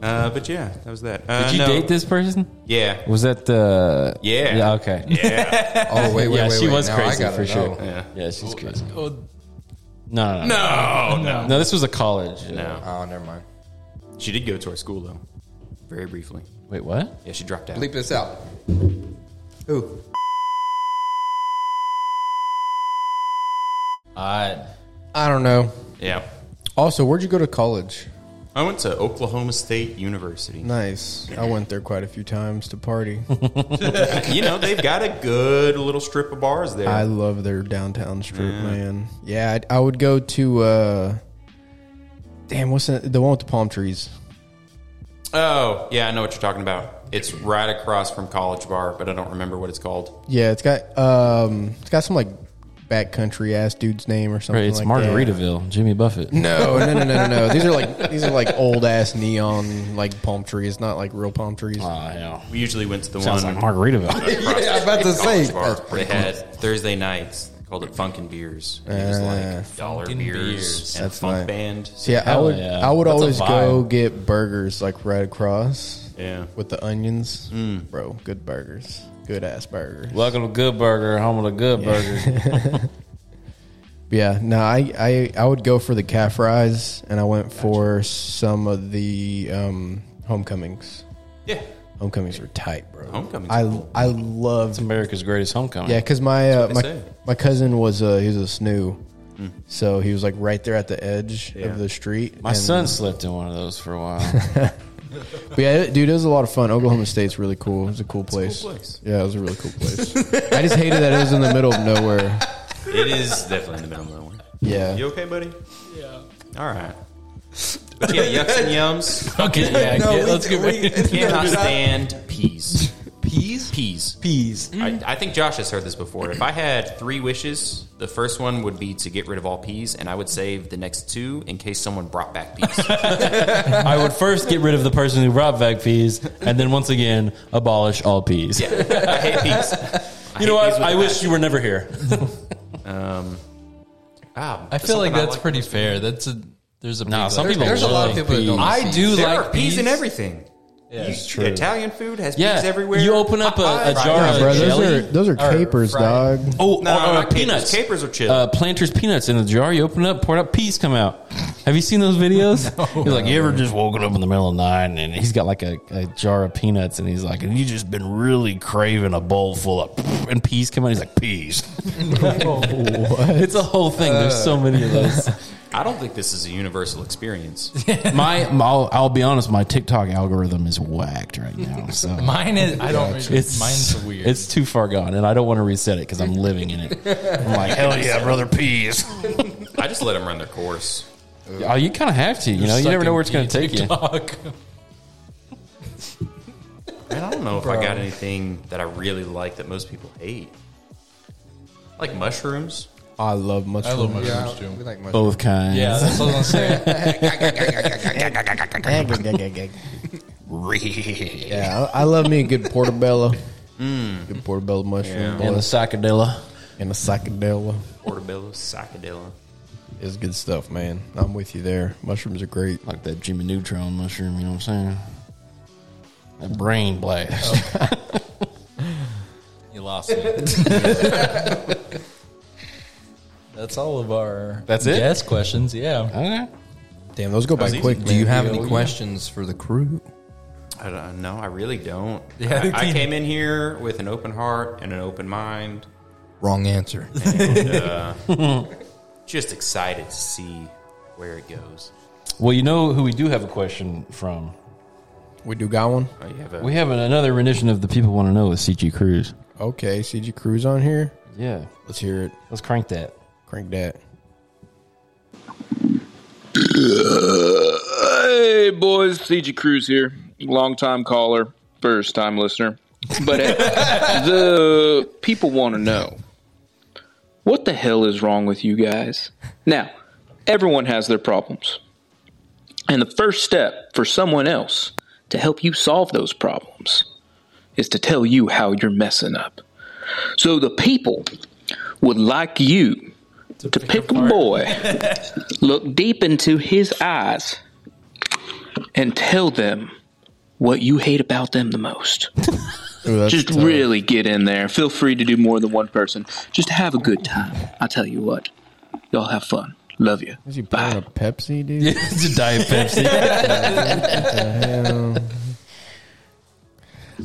S3: Uh, but yeah, that was that. Uh,
S1: Did you
S3: no.
S1: date this person?
S3: Yeah,
S1: Was that the?
S3: Yeah.
S1: Yeah. Okay.
S5: Oh wait, wait,
S1: Yeah,
S5: wait.
S1: she
S5: wait.
S1: was
S5: Now I
S1: crazy
S5: gotta
S1: for sure.
S5: know.
S3: Yeah.
S1: Yeah, she's crazy.
S4: Oh,
S1: No, no, no.
S3: No, no.
S1: No, this was a college. uh,
S3: No.
S5: Oh, never mind.
S3: She did go to our school though, very briefly.
S1: Wait, what?
S3: Yeah, she dropped out.
S5: Bleep this out. Who?
S4: Odd.
S2: I don't know.
S3: Yeah.
S2: Also, where'd you go to college?
S3: I went to Oklahoma State University.
S2: Nice. I went there quite a few times to party.
S3: you know, they've got a good little strip of bars there.
S2: I love their downtown strip, man. Yeah, I'd, I would go to. uh Damn, what's that, the one with the palm trees?
S3: oh, yeah, I know what you're talking about. It's right across from College Bar, but I don't remember what it's called.
S2: Yeah, it's got um, it's got some like backcountry ass dude's name or something.
S1: Right, it's
S2: like that.
S1: Margaritaville, Jimmy Buffett.
S2: No, no, no, no, no, no. These are like these are like old ass neon like palm trees, not like real palm trees.
S1: Ah, hell.
S3: We usually went to the
S1: Sounds
S3: one
S1: like Margaritaville.
S5: Yeah, I'm about to
S3: College
S5: say.
S3: Bar. They had Thursday nights. They called it Funkin' Beers. And it was like dollar
S4: Funkin'
S3: beers,
S4: Beers.
S3: and
S2: That's
S3: funk
S2: right.
S3: band.
S2: So yeah, I
S1: Hell
S2: would
S1: yeah.
S2: I would
S1: That's a
S2: always go
S1: vibe.
S2: get burgers like right across.
S3: Yeah. Mm.
S2: With the onions, bro, good burgers, good ass burgers.
S1: Welcome to Good Burger, home of the Good Burger.
S2: Yeah, no, I, I I would go for the calf fries, and I went for some of the um, homecomings.
S3: Yeah.
S2: Homecomings are tight, bro.
S3: Homecomings
S2: I
S3: are cool.
S2: I loved.
S1: America's greatest homecoming.
S2: Yeah, because my uh,
S3: they
S2: my
S3: say. Mm.
S2: my cousin was uh, he was a snoo, so he was like right there at the edge
S3: Yeah.
S2: of the street.
S1: My
S2: and-
S1: son slept in one of those for a while.
S2: but yeah, it- dude, it was a lot of fun. Oklahoma State's really cool. It was a cool place.
S3: place.
S2: Yeah, it was a really cool place. I just hated that it was in the middle of nowhere.
S3: It is definitely in the middle of nowhere. You
S2: Yeah,
S3: okay, buddy? Yeah. All right. But yeah, yucks and yums.
S4: Okay, yeah,
S5: No,
S4: yeah,
S5: we-
S4: let's get
S5: we-
S4: back.
S5: it's
S3: Cannot
S5: not-
S3: stand peas.
S5: Peas?
S3: Peas.
S5: Peas.
S3: I, I think Josh has heard this before. If I had three wishes, the first one would be to get rid of all peas, and I would save the next two in case someone brought back peas.
S1: I would first get rid of the person who brought back peas, and then once again abolish all peas.
S3: I hate peas.
S1: you know what?
S3: hate peas with
S1: I
S3: a
S1: wish you were never here.
S3: Ah,
S4: I feel like
S3: something I
S4: that's pretty fair. That's a there's a
S1: Nah,
S4: big-
S1: some people
S5: There's a lot of
S1: love
S5: people that don't.
S4: I do
S3: There
S4: like
S3: are peas, in everything. Yeah,
S1: true.
S3: Italian food has
S1: Yeah,
S3: peas everywhere.
S1: you open up a, a
S3: Fried
S1: jar
S2: yeah,
S1: of
S2: bro, those
S1: jelly.
S2: are those are
S4: Or
S2: capers,
S4: fried.
S2: dog.
S1: oh,
S3: No,
S1: or-
S4: uh,
S1: or
S3: not capers.
S1: peanuts.
S3: Capers are chill.
S1: Uh, planters peanuts in the jar. You open it up, pour it out, peas come out. Have you seen those videos? He's like, you ever just woken up in the middle of nine and he's got like a, a jar of peanuts and he's like, and you just been really craving a bowl full of and peas come out. He's like, peas.
S4: Oh,
S1: It's a whole thing. There's so many of those.
S3: I don't think this is a universal experience.
S1: my, my- I'll, I'll be honest, my TikTok algorithm is whacked right now. So
S4: Mine is I don't.
S1: it's
S4: mine's weird.
S1: It's too far gone, and I don't want to reset it because I'm living in it. I'm like, hell yeah, brother, peas.
S3: I just let them run their course.
S1: Oh, you kind of have to. You know, you never know where it's going to take you.
S4: you.
S3: Man, I don't know if I got anything that I really like that most people hate. Like mushrooms.
S2: I love mushrooms.
S4: I love mushrooms too.
S5: Uh, We like mushrooms.
S1: Both kinds.
S4: Yeah, that's what I'm saying.
S2: Yeah, I, I love me a good portobello.
S4: Mm.
S2: Good portobello mushroom
S1: And the
S2: boy.
S1: psychedelic.
S2: and a psychedelic
S3: Portobello, psychedelic.
S2: is good stuff, man. I'm with you there. Mushrooms are great.
S1: Like that Jimmy Neutron mushroom, you know what I'm saying? That brain blast.
S4: You lost me. That's all of our
S1: That's it?
S4: guess questions. Yeah.
S1: Okay.
S2: Damn, those go by
S3: was easy.
S2: quick.
S5: Do you
S2: man.
S5: have any questions for the crew?
S3: I don't know. I really don't.
S4: Yeah, I think
S3: I, I
S4: you-
S3: came in here with an open heart and an open mind.
S5: Wrong answer.
S3: Just excited to see where it goes.
S1: Well, you know who we do have a question from.
S2: We do got one.
S3: Oh, you have a,
S1: We have an, another rendition of the people want to know with CG Cruz.
S2: Okay, CG Crew's on here.
S1: Yeah,
S2: Let's hear it.
S1: let's crank that.
S2: Crank that.
S7: Hey, boys. CG Cruz here. Long time caller, first time listener. But hey, the people want to know what the hell is wrong with you guys? Now, everyone has their problems. And the first step for someone else to help you solve those problems is to tell you how you're messing up. So the people would like you to, pick a boy, look deep into his eyes, and tell them what you hate about them the most.
S2: Ooh, that's
S7: Just
S2: tough.
S7: really get in there. Feel free to do more than one person. Just have a good time. I tell you what, y'all have fun. Love you.
S2: Is he pouring a Pepsi, dude?
S1: it's a diet Pepsi.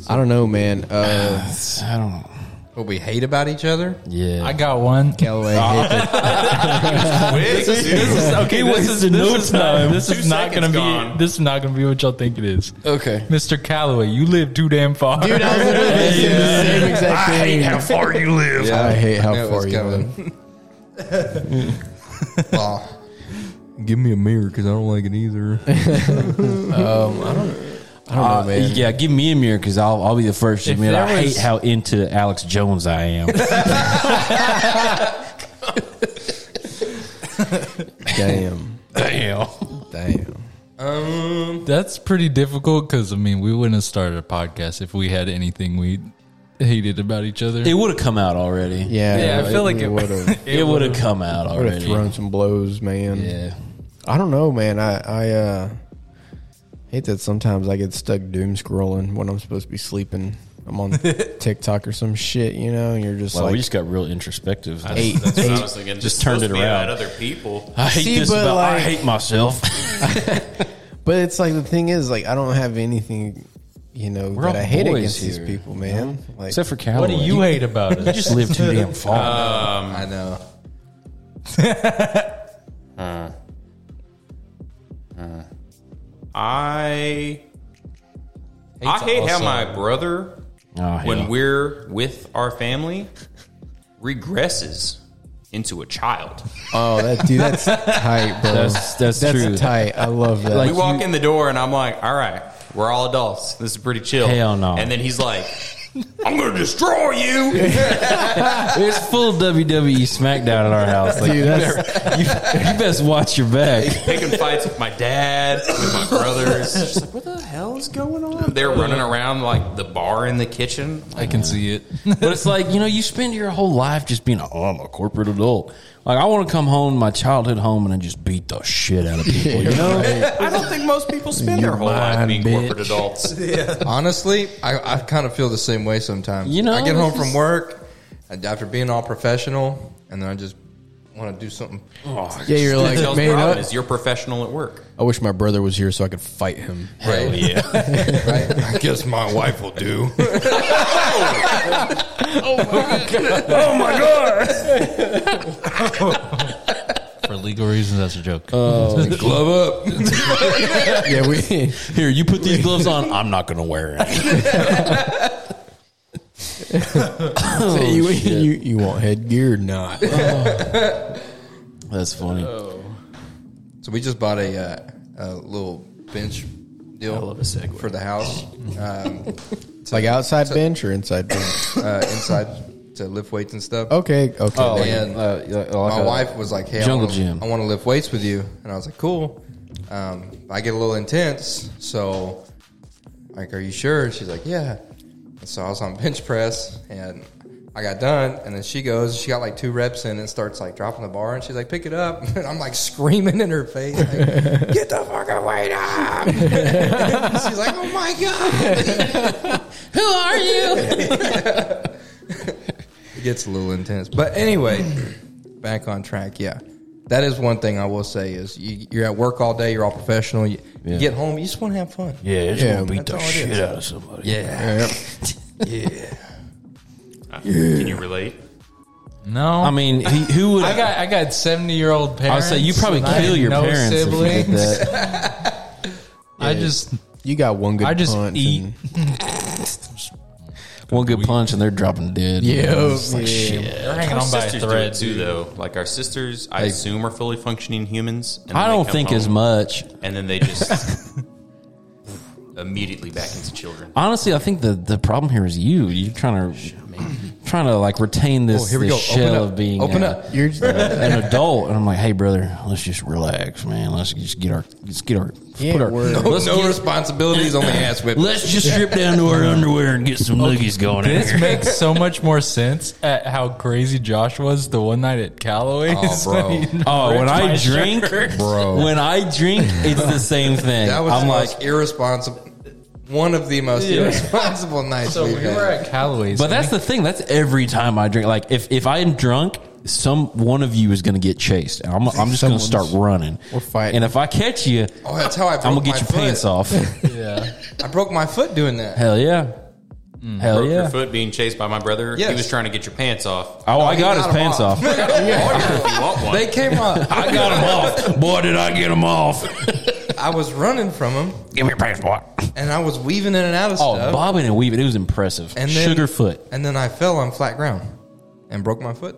S2: I don't know, man. Uh,
S1: I don't know.
S5: What we hate about each other?
S1: Yeah.
S4: I got one.
S2: Callaway hated
S3: This is,
S4: okay, this is, this is not, this
S3: Two
S4: is not gonna
S3: seconds
S4: be
S3: gone.
S4: this is not gonna be what y'all think it is.
S2: Okay.
S4: Mr. Calloway, you live too damn far.
S2: the same exact thing. I hate how,
S6: far you live.
S5: I knew it was
S2: far you
S5: coming.
S2: live.
S5: Aw. Give me a mirror because I don't like it either.
S2: I don't know, man.
S1: Uh, yeah, give me a mirror because I'll, I'll be the first to
S4: If
S1: admit I
S4: there was-
S1: hate how into Alex Jones I am.
S2: Damn.
S1: Damn.
S2: Damn.
S5: um,
S4: That's pretty difficult because I mean we wouldn't have started a podcast if we had anything we hated about each other.
S1: It would have come out already.
S2: Yeah.
S4: Yeah, I feel like it-
S2: would have.
S1: It, would have come out
S2: Would have
S1: already.
S2: thrown some blows, man.
S1: Yeah.
S2: I don't know, man. I I uh, hate that sometimes I get stuck doom scrolling when I'm supposed to be sleeping. I'm on TikTok or some shit, you know, and you're just
S1: Wow,
S2: like,
S1: we just got real introspective.
S2: eight,
S3: what I
S2: eight.
S3: was thinking.
S1: Just
S3: It's
S1: turned it
S3: supposed to be
S1: around.
S3: about Other people.
S1: I hate
S2: See,
S1: this
S2: but
S1: about. I
S2: like-
S1: hate myself.
S2: But it's like the thing is, like, I don't have anything, you know,
S1: We're
S2: that
S1: all
S2: I hate
S1: boys
S2: against these
S1: here,
S2: people, man. Like,
S1: Except for
S4: what
S1: Callaway.
S4: do you hate about it? Uh,
S1: just live too damn far.
S5: I know.
S3: I I hate how my brother,
S1: oh,
S3: when
S1: hell.
S3: we're with our family, regresses into a child.
S2: oh, that dude, that's tight, bro. That's,
S1: that's, that's, true.
S2: tight. I love that.
S3: we walk in the door, and I'm like, "All right, we're all adults. This is pretty chill."
S1: Hell no.
S3: And then he's like, "I'm gonna destroy you."
S1: There's full WWE SmackDown at our house. Like, you, better, you, you best watch your back.
S3: picking fights with my dad, with my brothers. It's just like, what the hell is going on? They're running around like the bar in the kitchen.
S4: I can see it.
S1: But it's like, you know, you spend your whole life just being, oh, I'm a corporate adult. Like, I want to come home, to my childhood home, and I just beat the shit out of people. You know?
S3: I don't think most people spend their whole life
S1: mine,
S3: being
S1: bitch.
S3: corporate adults.
S5: Honestly, I, I kind of feel the same way sometimes.
S1: You know,
S5: I get home
S1: this
S5: from
S1: is-
S5: work and after being all professional, and then I just want to do something.
S1: Oh,
S2: yeah, you're like,
S3: Tell's
S2: man,
S3: problem
S2: I,
S3: is you're professional at work.
S2: I wish my brother was here so I could fight him.
S5: Right.
S3: Yeah.
S5: right? I guess my wife will do.
S4: For legal reasons, that's a joke.
S5: Glove up.
S2: yeah, we.
S1: Here, you put these gloves on. I'm not going to wear it.
S2: you, you, you want headgear or not?
S1: That's funny.
S5: Oh. So we just bought a, uh, a little bench deal for the house um,
S2: like outside bench or inside bench?
S5: uh, inside to lift weights and stuff.
S2: Okay, okay.
S5: and
S1: Oh,
S5: my wife was like, "Hey, I
S1: jungle
S5: wanna-
S1: gym.
S5: I want to lift weights with you," and I was like, "Cool." Um, I get a little intense, so like, "Are you sure?" She's like, "Yeah." And so I was on bench press, and I got done, and then she goes, she got like two reps in, and starts like dropping the bar, and she's like, "Pick it up," and I'm like screaming in her face, like, "Get the fucking weight up!" she's like, "Oh my god!"
S1: Who are you?
S5: It gets a little intense, but anyway, back on track. Yeah, that is one thing I will say is you, you're at work all day, you're all professional. You, you
S1: Yeah.
S5: get home, you just want to have fun.
S1: Yeah, it's
S2: Yeah,
S1: going to beat the
S5: all it
S1: shit
S5: is.
S1: out of somebody.
S5: Yeah,
S3: Can you relate?
S4: no,
S1: I mean, he, who would.
S4: I got I got seventy year old parents.
S1: say you probably
S4: and I
S1: kill
S4: had
S1: your
S4: no
S1: parents if you did
S4: siblings.
S1: that.
S4: I just
S2: You got one good
S4: I just
S2: punch
S4: eat.
S2: and-
S1: One good punch and they're dropping dead.
S2: yeah,
S1: It's like,
S2: yeah.
S1: shit.
S4: they're hanging
S3: Our
S4: on by a
S3: sisters do
S4: thread
S3: it too, though. Like our sisters, I assume, are fully functioning humans. And
S1: I
S3: then they
S1: don't
S3: come
S1: think as
S3: home,
S1: much.
S3: And then they just immediately back into children.
S1: Honestly, I think the, the problem here is you. You're trying to trying to like retain this,
S5: Oh, here we
S1: this
S5: go. Open
S1: shell
S5: up.
S1: of being
S5: Open
S1: uh,
S5: up.
S2: You're just,
S1: an adult, and I'm like, hey, brother, let's just relax, man. Let's just get our let's get our
S2: Yeah,
S1: put our
S2: we're- No-
S1: let's,
S5: no
S1: get-
S5: responsibilities, only ass whipping.
S1: let's just strip down to our underwear and get some noogies going. in
S4: This
S1: here.
S4: makes so much more sense at how crazy Josh was the one night at Callaway's.
S5: Oh, bro.
S4: when he
S1: Oh, when
S4: ripped my
S1: I
S4: shirt.
S1: drink, bro. When I drink, it's the same thing.
S5: That was
S1: I'm
S5: the
S1: like,
S5: most irresponsible. One of the most irresponsible nights
S4: So we
S5: we've
S4: were
S5: had.
S4: at Callaway's.
S1: but that's the thing. That's every time I drink. Like, if if I'm drunk, some one of you is going to get chased. And I'm, I'm just going to start
S2: Someone's-
S1: running.
S2: We're fighting.
S1: And if I catch you,
S5: Oh, that's how I broke
S1: I'm going to
S5: my
S1: get your
S5: foot.
S1: pants off.
S5: I broke my foot doing that.
S1: Hell yeah. Hell
S3: Broke your
S1: Oh, yeah.
S3: foot being chased by my brother. He
S5: Yes.
S3: was trying to get your pants off.
S1: Oh, I
S5: he
S1: got
S5: got
S1: his
S5: 'em
S1: pants
S5: off.
S1: off. I
S3: If you want one.
S5: They came up.
S1: got him off. Boy, did I get him off.
S5: I was running from them,
S1: Give me your pants, boy.
S5: and I was weaving in and out of
S1: Oh,
S5: stuff.
S1: bobbing and weaving. It was impressive.
S5: And then-
S1: Sugarfoot.
S5: And then I fell on flat ground and broke my foot.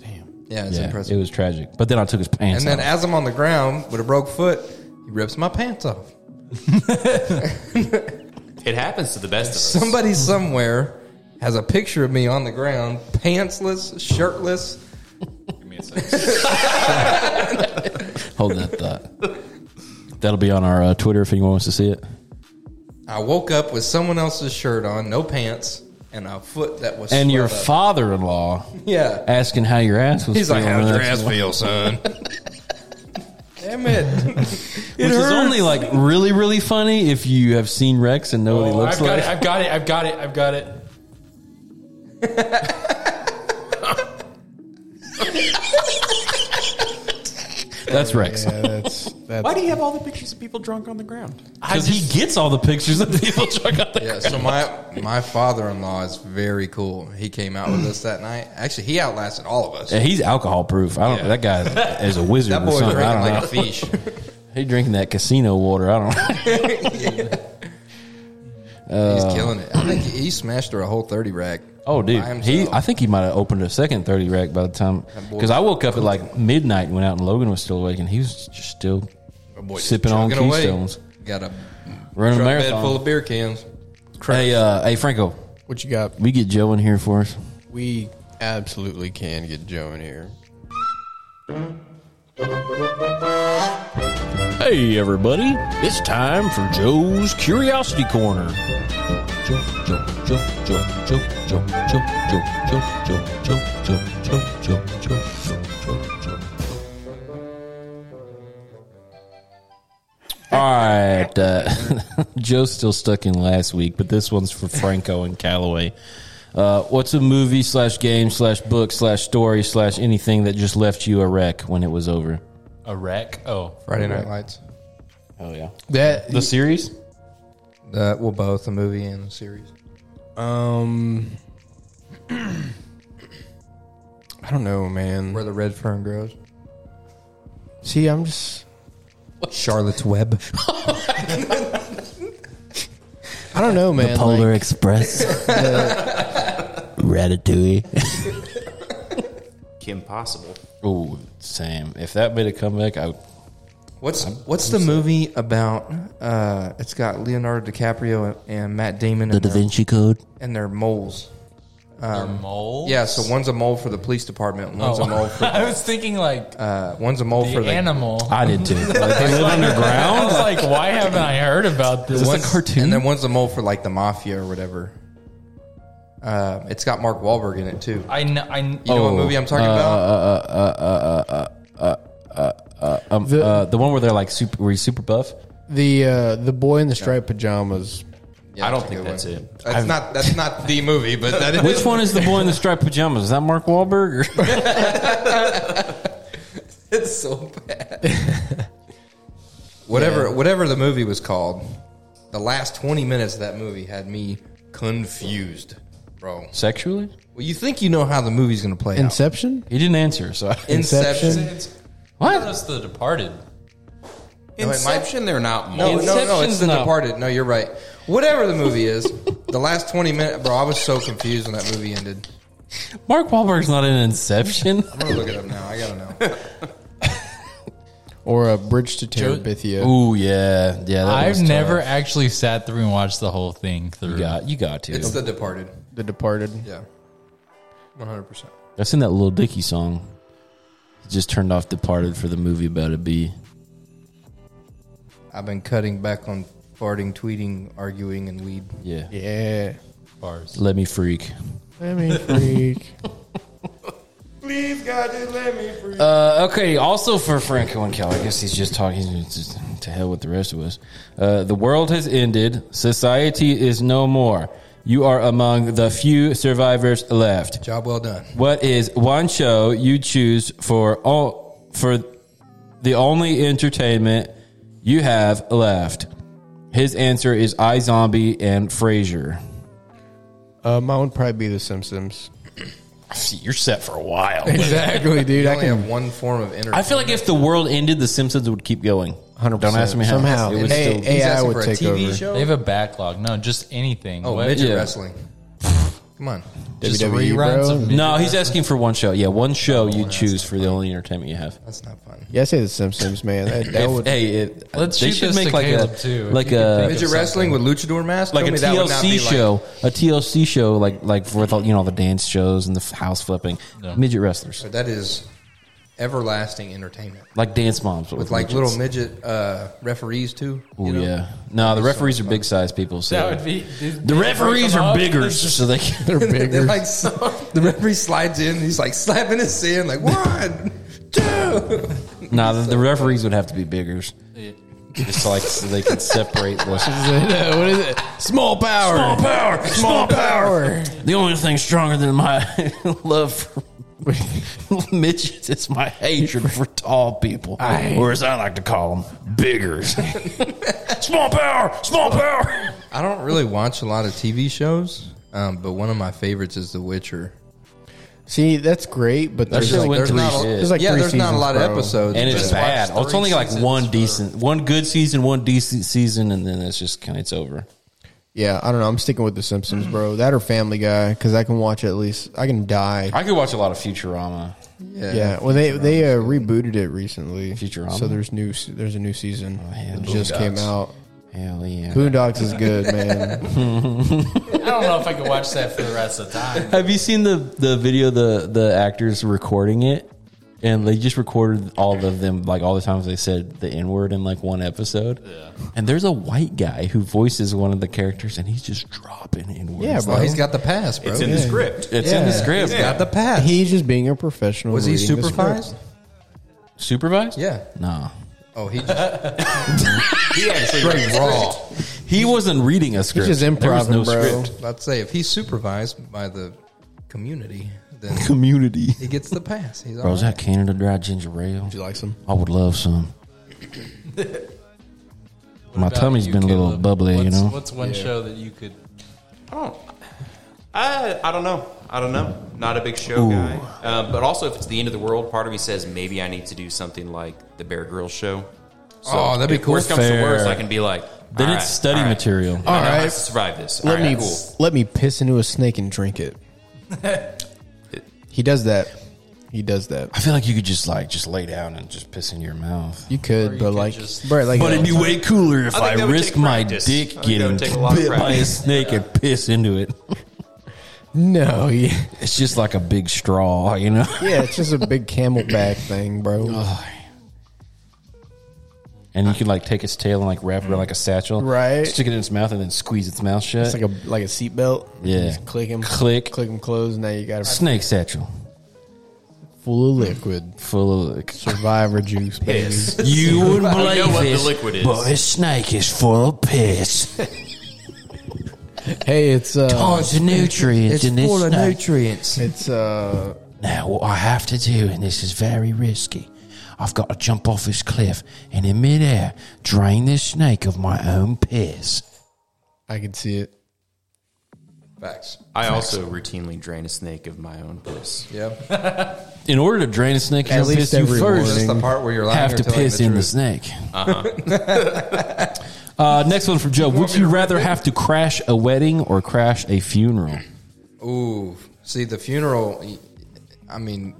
S5: Damn. Yeah, it's
S1: Yeah,
S5: impressive.
S1: it was tragic. But then I took his pants
S5: and then
S1: off.
S5: as I'm on the ground with a broke foot, he rips my pants off.
S3: it happens to the best of us.
S5: Somebody somewhere has a picture of me on the ground, pantsless, shirtless.
S3: Give me a second.
S1: Hold that thought. That'll be on our uh, Twitter if anyone wants to see it.
S5: I woke up with someone else's shirt on, no pants, and a foot that was
S1: And your
S5: swelled up.
S1: father-in-law
S5: yeah.
S1: asking how your ass was.
S5: He's like,
S1: feeling.
S5: "How'd your
S1: That's-
S5: ass feel, son?" Damn it!
S1: Which is only like really, really funny if you have seen Rex and know
S3: Oh,
S1: what he looks
S4: I've got
S1: like.
S4: it. I've got it. I've got it. I've got it.
S1: That's Rex.
S2: Yeah, that's that's
S3: Why do you have all the pictures of people drunk on the ground?
S1: Because he gets all the pictures of people drunk out there.
S5: Yeah, so my my father in law is very cool. He came out with us that night. Actually, he outlasted all of us.
S1: Yeah, he's alcohol proof. I don't.
S5: Yeah.
S1: That guy is a wizard.
S5: That
S1: or
S5: boy
S1: something.
S5: drinking
S1: I don't
S5: like
S1: know.
S5: a fish.
S1: He drinking that casino water. I don't. know.
S5: He's
S1: Uh,
S5: killing it. I think he smashed through a whole thirty rack.
S1: Oh, dude,
S5: By
S1: he.
S5: himself.
S1: I think he might have opened a second thirty rack by the time
S5: boy-
S1: because I woke up at like midnight and went out and Logan was still awake and he was just still
S5: That boy just
S1: sipping on
S5: chugging away.
S1: keystones,
S5: Got a
S1: running a
S5: truck bed
S1: marathon.
S5: full of beer cans.
S1: hey, uh, hey, Franco,
S2: what you got.
S1: we get Joe in here for us.
S2: We absolutely can get Joe in here.
S1: Hey, everybody, it's time for Joe's Curiosity Corner. Joe, Joe, Joe, Joe, Joe, Joe, Joe, Joe, Joe, Joe, Joe, Joe, Joe, Joe, Joe, Joe, Joe, All right, uh, Joe's still stuck in last week, but this one's for Franco and Calloway. Uh, what's a movie slash game slash book slash story slash anything that just left you a wreck when it was over?
S4: A wreck. Oh,
S5: Friday Night Lights.
S1: Oh yeah,
S2: That
S1: the series.
S5: That well, both the movie and the series.
S2: um, I don't know, man.
S5: Where the red fern grows.
S2: See, I'm just.
S5: Charlotte's Web.
S2: I don't know, man.
S1: Polar
S2: like,
S1: Express. Ratatouille.
S3: Kim Possible.
S1: Ooh, Sam. If that made a comeback, I would.
S5: What's What's the movie about? Uh, it's got Leonardo DiCaprio and Matt Damon and, their,
S1: Vinci Code.
S5: and their moles.
S4: a mole.
S5: Yeah, so one's a mole for the police department. One's
S3: Oh.
S5: a mole for
S4: I was thinking like
S5: uh, one's a mole
S4: the
S5: for the
S4: animal.
S1: I did too. Like, they live
S4: I
S1: underground.
S4: was like, why haven't I heard about this?
S5: one's- and then one's a mole for like the mafia or whatever. Uh, it's got Mark Wahlberg in it too.
S4: I know. I kn-
S1: Oh,
S5: You know what movie I'm talking
S1: uh,
S5: about?
S1: Um,
S2: The-
S1: uh, the one where they're like super, where he's super buff.
S2: the uh, the boy in the striped pajamas.
S5: Yeah,
S3: I don't
S5: a
S3: think
S5: good
S3: that's
S5: one.
S3: it.
S5: That's not that's not the movie, but that is
S1: Which one is the boy in the striped pajamas? Is that Mark Wahlberg? Or?
S5: It's so bad. whatever whatever the movie was called, the last 20 minutes of that movie had me confused, bro.
S1: Sexually?
S5: Well, you think you know how the movie's going to play out?
S2: Inception.
S1: He didn't answer. So I-
S5: Inception.
S2: Inception.
S4: it's
S1: what?
S4: that's the Departed.
S5: No, it might-
S3: Inception, they're not moles.
S5: No, no, no, it's
S1: Inception's
S5: The
S1: not-
S5: Departed. No, you're right. Whatever the movie is, the last 20 minutes, bro, I was so confused when that movie ended.
S1: Mark Wahlberg's not in Inception.
S5: I'm going to look it up now. I got to know.
S2: Or a bridge to Terabithia.
S1: Ooh yeah, yeah. That
S4: I've
S1: was
S4: never
S1: tough.
S4: actually sat through and watched the whole thing through.
S1: You got you got to.
S5: It's The Departed.
S2: The Departed.
S5: Yeah. 100%.
S1: That's in that little Dicky song. Just turned off Departed for the movie about a bee.
S5: I've been cutting back on farting, tweeting, arguing, and weed.
S1: Yeah.
S2: Yeah.
S4: bars.
S1: Let me freak.
S2: Let me freak.
S1: Uh, okay. Also for Franco and Cal, I guess he's just talking he's just, to hell with the rest of us. Uh, the world has ended. Society is no more. You are among the few survivors left.
S5: Job well done.
S1: What is one show you choose for all for the only entertainment you have left? His answer is I Zombie and Frasier.
S2: Uh, mine would probably be The Simpsons.
S6: You're set for a while.
S2: Exactly, dude.
S5: You
S2: I
S5: only
S2: can
S5: have one form of entertainment.
S1: I feel like if the world ended, The Simpsons would keep going.
S2: 100%.
S1: Don't ask me how.
S2: Somehow.
S1: It would
S2: Hey,
S1: still,
S2: hey.
S5: He's
S2: AI
S5: asking
S2: would
S5: for a
S2: take
S5: TV
S2: over.
S5: Show?
S4: They have a backlog. No, just anything.
S5: oh,
S4: What?
S5: midget
S1: Yeah.
S5: wrestling. Come on.
S4: Just
S2: WWE,
S4: reruns
S2: E, bro.
S4: of
S1: no, he's asking for one show. Yeah, one show you choose for the only entertainment you have.
S5: That's not fun.
S2: Yeah, I say The Simpsons, man. That, that
S1: If-
S2: would,
S1: hey, it,
S4: Let's
S1: they
S4: shoot
S1: should
S4: this
S1: make
S4: to
S1: like a
S4: Caleb, too, if
S1: like
S4: you can
S1: a
S4: think
S5: Midget wrestling with luchador mask?
S1: like a
S5: Tell me that would not be
S1: TLC
S5: like-
S1: show, a TLC show like like with all you know all the dance shows and the f- house flipping, midget wrestlers
S5: But that is everlasting entertainment.
S1: like dance moms but
S5: With like
S1: midgets.
S5: little midget uh, referees too.
S1: Ooh,
S5: you know?
S1: yeah, no, the referees are big size people. So
S4: That would be
S1: the referees are bigger, so they can,
S2: they're
S5: They're
S2: bigger.
S5: like so, the referee slides in, he's like slapping his hand, like one, two.
S1: nah, the, the referees would have to be bigger, just like so they can separate the.
S2: what is it? Small power. Small power. Small power.
S1: The only thing stronger than my love for midgets is my hatred for tall people, or as I like to call them, biggers. small power, small power.
S5: I don't really watch a lot of TV shows, um, but one of my favorites is The Witcher.
S2: See, that's great, but there's
S1: shit
S2: like,
S1: went
S2: there's
S1: through
S2: not,
S1: shit.
S2: there's like
S5: yeah,
S2: three
S5: there's not a
S2: seasons,
S5: lot of
S2: bro.
S5: episodes,
S1: and it's
S5: but-
S1: bad. Oh,
S6: watch
S1: It's only
S6: three
S1: like
S6: seasons
S1: one
S6: for-
S1: decent, one good season, one decent season, and then it's just kind of it's over.
S2: Yeah, I don't know. I'm sticking with The Simpsons, bro. That or Family Guy, because I can watch at least. I can die.
S1: I could watch a lot of Futurama.
S5: yeah.
S2: Yeah, well, they they uh, rebooted it recently.
S1: Futurama?
S2: So there's new there's a new season
S5: Oh,
S1: yeah,
S2: that just came out.
S1: Hell yeah!
S2: Boondocks is good, man.
S4: I don't know if I could watch that for the rest of the time.
S1: Have you seen the the video the the actors recording it? And they just recorded all of them, like all the times they said the N word in like one episode. Yeah. And there's a white guy who voices one of the characters, and he's just dropping N words.
S2: Yeah,
S5: Well,
S2: bro.
S5: Oh, he's got the pass, bro.
S3: It's in the script.
S1: it's in the script.
S5: He's got the pass.
S2: He's just being a professional.
S5: was he
S2: reading the
S5: supervised?
S2: script.
S1: Supervised?
S5: Yeah.
S1: No,
S5: Oh, he just
S3: He actually
S5: straight raw.
S1: he wasn't reading a script.
S2: He's just
S1: There was
S2: improv,
S1: no
S2: bro.
S1: script.
S5: Let's say if he's supervised by the community, then
S1: Community.
S5: he gets the pass. He's all
S1: Bro, is
S5: right.
S1: that Canada Dry Ginger Ale?
S2: You like some?
S1: I would love some. My tummy's been a little bubbly, you know.
S4: What's one show that you could?
S3: I don't. I, I don't know. I don't know. Not a big show guy. Uh, but also, if it's the end of the world, part of me says maybe I need to do something like the Bear Grylls show. So
S5: Oh, that'd be
S3: if
S5: cool.
S3: Worst comes
S1: Fair.
S3: to worst, I can be like,
S1: Then
S3: all
S1: it's
S3: right,
S1: study
S3: all right.
S1: material.
S3: I know how
S2: All
S3: to
S2: right.
S3: survive this.
S2: Let
S3: all
S2: me
S3: right, cool.
S2: let me piss into a snake and drink it. he does that. He does that.
S1: I feel like you could just like just lay down and just piss in your mouth.
S2: You could, but
S4: could
S2: like,
S4: just-
S2: bro, like,
S1: But it'd be way cooler if
S3: I think
S1: I,
S3: that would
S1: risk
S3: take
S1: my
S3: practice.
S1: dick
S3: I think that
S1: getting
S3: would take a lot of
S1: bit by a
S3: practice.
S1: snake and piss into it.
S2: no, yeah,
S1: It's just like a big straw, you know.
S2: yeah, it's just a big camelback thing, bro.
S1: And you could like take its tail and like wrap it around like a satchel,
S2: Right.
S1: Stick it in its mouth and then squeeze its mouth shut.
S2: It's like a like a seatbelt.
S1: Yeah.
S2: Just click him,
S1: Click.
S2: click him close. Now you got a
S1: snake satchel
S2: full of liquid
S1: full of like,
S2: survivor juice, baby.
S1: You wouldn't
S3: I
S1: believe
S3: know what the
S1: this,
S3: liquid is.
S1: but his snake is full of piss.
S2: Hey, it's uh,
S1: Tons of nutrients in this snake.
S5: nutrients.
S2: it's uh,
S1: now, what I have to do, and this is very risky, I've got to jump off this cliff and in midair drain this snake of my own piss.
S2: I can see it.
S5: Facts.
S3: I also routinely drain a snake of my own piss.
S5: Yeah.
S1: In order to drain a snake of
S2: At
S1: your
S2: least
S1: piss, you
S2: every
S1: first
S5: That's the part where you're lying
S1: have
S5: or
S1: to
S5: telling
S1: piss
S5: the
S1: in the
S5: truth.
S1: snake. Uh, next one from Joe. Would you rather have to crash a wedding or crash a funeral?
S5: Ooh, see the funeral. I mean,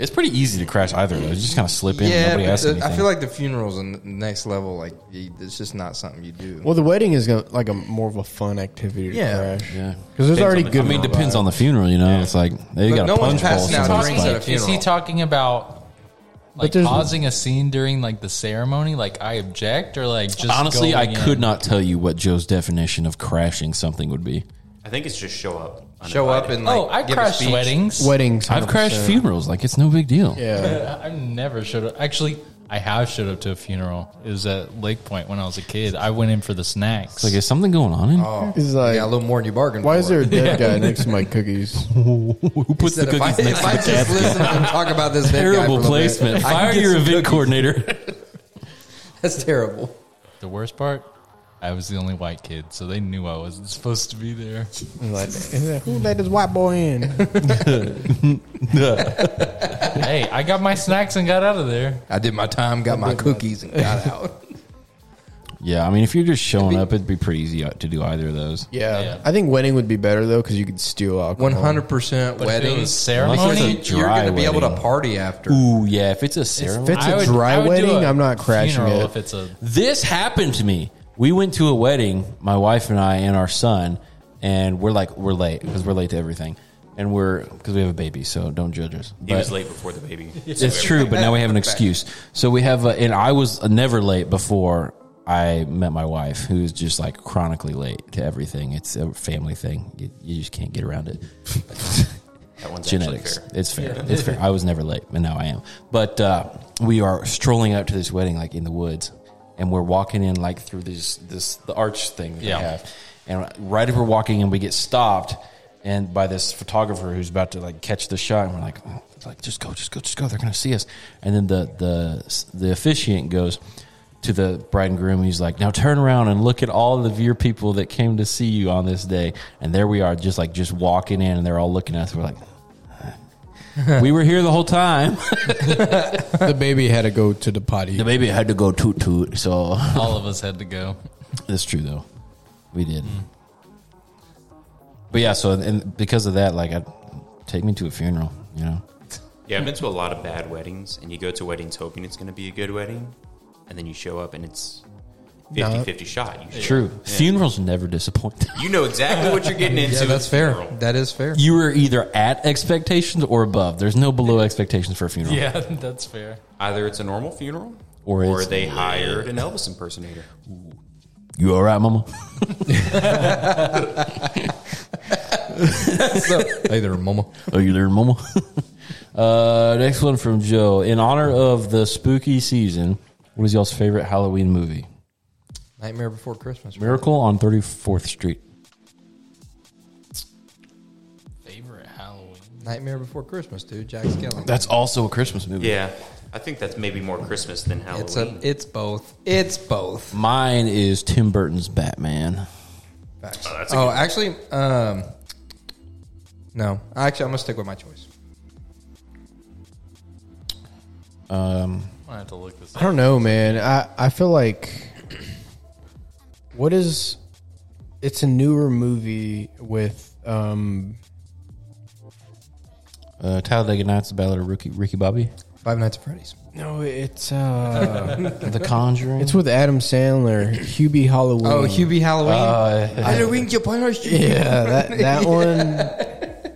S1: It's pretty easy to crash either of those. You just kind of slip in.
S5: yeah,
S1: nobody
S5: but
S1: asks
S5: the-
S1: anything.
S5: I feel like the funeral's the next level. Like, you, it's just not something you do.
S2: Well, the wedding is gonna, like a more of a fun activity to
S5: Yeah.
S2: crash.
S1: Yeah.
S2: because there's already
S3: on the-
S2: good.
S1: I mean, depends on the funeral, you know. It's like they
S5: Look,
S1: got
S5: no
S1: a punch
S5: one's
S1: bowl.
S5: passing out
S1: sometimes,
S5: drinks
S1: but-
S5: at a
S4: Is he
S5: funeral.
S4: talking about like
S2: there's-
S4: pausing a scene during like the ceremony? Like I object, or like just
S1: Honestly, I
S4: going
S1: could
S4: in?
S1: not tell you what Joe's definition of crashing something would be.
S3: I think it's just show up.
S5: Show up
S3: uninvited.
S5: and like
S4: Oh, I
S5: give a
S4: crashed
S5: speech.
S4: weddings.
S2: weddings.
S1: i have crashed
S2: 100%.
S1: funerals; like it's no big deal.
S2: Yeah,
S4: I I never showed up. Actually, I have showed up to a funeral. It was at Lake Point when I was a kid. I went in for the snacks.
S1: Like, is something going on in? here?
S5: Oh,
S2: He's like-
S5: yeah, a little more than you bargained.
S2: Why
S5: for.
S2: is there a dead guy next to my cookies?
S1: Who puts the
S5: Said, if I,
S1: cookies next
S5: if I
S1: to the
S5: just
S1: casket?
S5: listen to them talk about this dead guy
S1: Terrible
S5: for a little bit,
S1: placement.
S5: I can
S1: Fire
S5: get
S1: your
S5: some
S1: event
S5: cookies.
S1: coordinator.
S5: That's terrible.
S4: the worst part, I was the only white kid, so they knew I wasn't supposed to be there.
S2: I'm like, Who let this white boy in?
S4: hey, I got my snacks and got out of there.
S5: I did my time, got my cookies, and got
S1: Uh-huh.
S5: out.
S1: yeah, I mean, if you're just showing up, it'd be pretty easy uh, to do either of those.
S2: Yeah.
S4: Yeah.
S2: I think wedding would be better though because you could steal alcohol.
S5: One hundred percent
S4: But if it
S5: wedding.
S4: was
S1: Unless
S4: ceremony,
S1: it's a
S5: You're
S1: dry
S5: going to be able to
S1: wedding.
S5: party after.
S1: Ooh, yeah. If it's a
S2: If
S1: ceremony,
S2: it's a
S4: I would- I
S2: dry
S4: would do
S2: wedding,
S4: a
S2: I'm not crashing
S4: funeral
S2: it.
S4: If it's a
S1: this happened to me. We went to a wedding, my wife and I and our son, and we're like we're late because we're late to everything, and we're because we have a baby, so don't judge us.
S3: He was
S1: But-
S3: late before the baby.
S1: It's true, but now we have an excuse. So we have, a, and I was never late before I met my wife, who's just like chronically late to everything. It's a family thing. You, you just can't get around it.
S3: That one's
S1: Genetics.
S3: actually fair.
S1: It's fair. It's fair. I was never late, but now I am. But uh, we are strolling up to this wedding, like in the woods, and we're walking in like through this this the arch thing that
S4: Yeah.
S1: they have, and right as we're walking in, we get stopped. And by this photographer who's about to like catch the shot, and we're like, oh, like just go, just go, just go. They're gonna see us. And then the the the officiant goes to the bride and groom. He's like, now turn around and look at all of your people that came to see you on this day. And there we are, just like just walking in, and they're all looking at us. We're like, we were here the whole time.
S2: the baby had to go to the potty.
S1: The baby had to go toot toot. So
S4: all of us had to go.
S1: that's true though. We did. But yeah, so and because of that, like, I, take me to a funeral. You know,
S3: Yeah, I've been to a lot of bad weddings, and you go to weddings hoping it's going to be a good wedding, and then you show up and it's 50 50 shot. You,
S1: true. Funerals never disappoint.
S3: you know exactly what you're getting into.
S5: Yeah, that's
S3: at the
S5: fair.
S3: funeral.
S5: That is fair.
S1: you are either at expectations or above. There's no below expectations for a funeral.
S4: Yeah, that's fair.
S3: Either it's a normal funeral,
S1: Or
S3: or,
S1: it's-
S3: they hired an Elvis impersonator.
S5: Hmm.
S1: You all right, Mama?
S5: hey there, mama.
S1: Are you there, Mama? uh, next one from Joe. In honor of the spooky season, what is y'all's favorite Halloween movie?
S5: Nightmare Before Christmas.
S1: Miracle on 34th Street.
S4: Favorite Halloween.
S5: Nightmare Before Christmas, dude. Jack Skellington.
S1: That's also a Christmas movie.
S3: Yeah, I think that's maybe more Christmas than Halloween.
S5: It's a, It's both. It's both.
S1: Mine is Tim Burton's Batman.
S5: Facts.
S3: that's a
S5: Oh,
S3: good-
S5: actually, um, no. Actually, I'm gonna stick with my choice.
S4: I'm gonna have to look this
S2: I
S4: up.
S2: don't know, man. I, I feel like what is it's a newer movie with um
S1: Uh, Talladega Nights, The Ballad of Ricky, Ricky Bobby.
S5: Five Nights at Freddy's.
S2: no it's uh
S1: The Conjuring.
S2: it's with Adam Sandler, Hubie Halloween.
S5: Oh, Hubie Halloween.
S1: Uh,
S5: Halloween, your partner.
S2: Yeah, that that one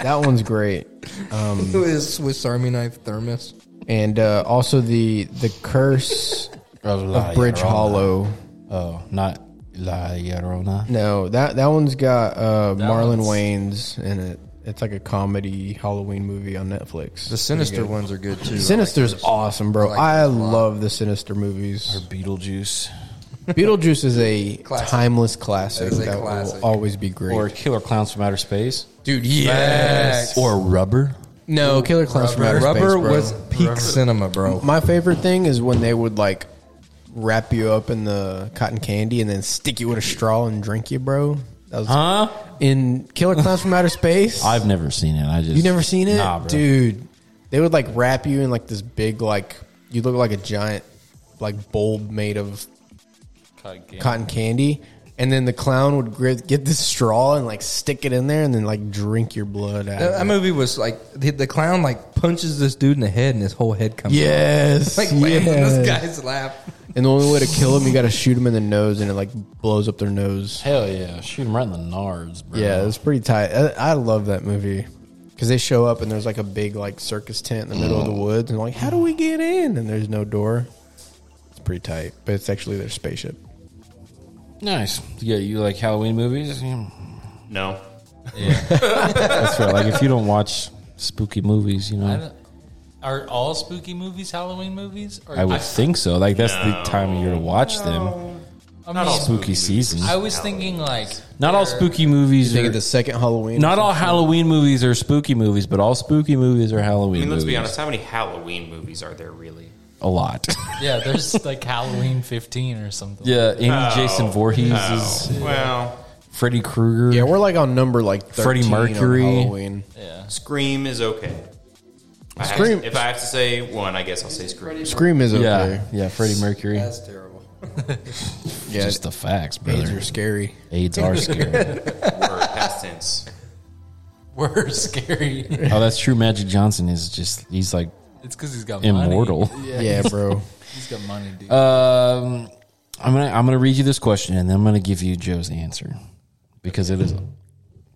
S2: That one's great.
S5: It was Swiss Army knife thermos.
S2: And uh also the the curse of Bridge Hollow.
S1: Oh, not La Llorona.
S2: No, that that one's got uh Marlon
S4: one's-
S2: Wayne's in it. It's like a comedy Halloween movie on Netflix.
S5: The sinister ones are good too.
S2: Sinister's awesome, bro.
S5: I
S2: I,
S5: like those a lot.
S2: love the Sinister movies.
S1: Beetlejuice.
S2: Beetlejuice is a
S5: Classic.
S2: timeless classic
S5: That is a
S2: that
S5: classic.
S2: will always be great.
S1: Or Killer Clowns from Outer Space.
S5: dude. Yes.
S1: Or Rubber.
S2: no, Killer Clowns from
S5: rubber,
S2: Outer Space,
S5: rubber
S2: bro.
S5: was peak cinema, bro.
S2: My favorite thing is when they would like wrap you up in the cotton candy and then stick you with a straw and drink you, bro. That was
S1: Huh?
S2: in Killer Clowns from Outer Space.
S1: I've never seen it. I just
S2: you never seen it,
S1: Nah, bro.
S2: dude? They would like wrap you in like this big like you look like a giant like bulb made of
S4: Cotton candy.
S2: cotton candy, and then the clown would gri- get this straw and like stick it in there, and then like drink your blood out.
S5: That, that
S2: of it.
S5: movie was like the, the clown like punches this dude in the head and his whole head comes.
S2: yes,
S5: Like laying in
S2: yes.
S5: this guy's lap.
S2: And the only way to kill him, you got to shoot him in the nose, and it like blows up their nose.
S1: Hell yeah. Shoot him right in the nards, bro.
S2: Yeah, it was pretty tight. I, I love that movie because they show up and there's like a big like circus tent in the middle of the woods, and like, how do we get in? And there's no door. It's pretty tight, but it's actually their spaceship.
S1: Nice. Yeah, you like Halloween movies?
S3: no.
S1: That's right. Like if you don't watch spooky movies, you
S4: I
S1: know.
S4: don't- Are all spooky movies Halloween movies? Or
S1: I would think so. Like that's the time of year to watch them.
S4: I,
S3: Not
S4: mean,
S3: all
S1: Spooky season.
S4: I was thinking like
S1: Not all spooky movies.
S2: Think
S1: Are,
S2: of the second Halloween.
S1: not all Halloween movies are spooky movies, but all spooky movies are Halloween.
S3: I mean, let's be
S1: movies.
S3: honest. How many Halloween movies are there really?
S1: A lot.
S4: yeah, there's like Halloween 15 or something.
S1: yeah, Amy Jason
S3: No.
S1: Voorhees
S3: Oh,
S1: is
S3: well,
S1: Freddy Krueger.
S2: Yeah, we're like on number like 13
S1: Freddie Mercury.
S2: on Halloween.
S4: Yeah.
S3: Scream is okay. I have to-
S2: Scream-
S3: if I have to say one, I guess I'll say Scream.
S2: Scream is okay.
S1: yeah, yeah. Freddie Mercury.
S5: That's terrible.
S2: Yeah,
S1: Just the facts,
S2: AIDS are
S1: brother.
S2: scary.
S1: AIDS are scary.
S3: Word, past tense.
S4: We're scary.
S1: oh, that's true. Magic Johnson is just—he's like
S4: It's because he's got money.
S1: immortal.
S2: Yeah, bro.
S4: He's got money, dude.
S1: Um, I'm gonna I'm gonna read you this question, and then I'm gonna give you Joe's answer because it is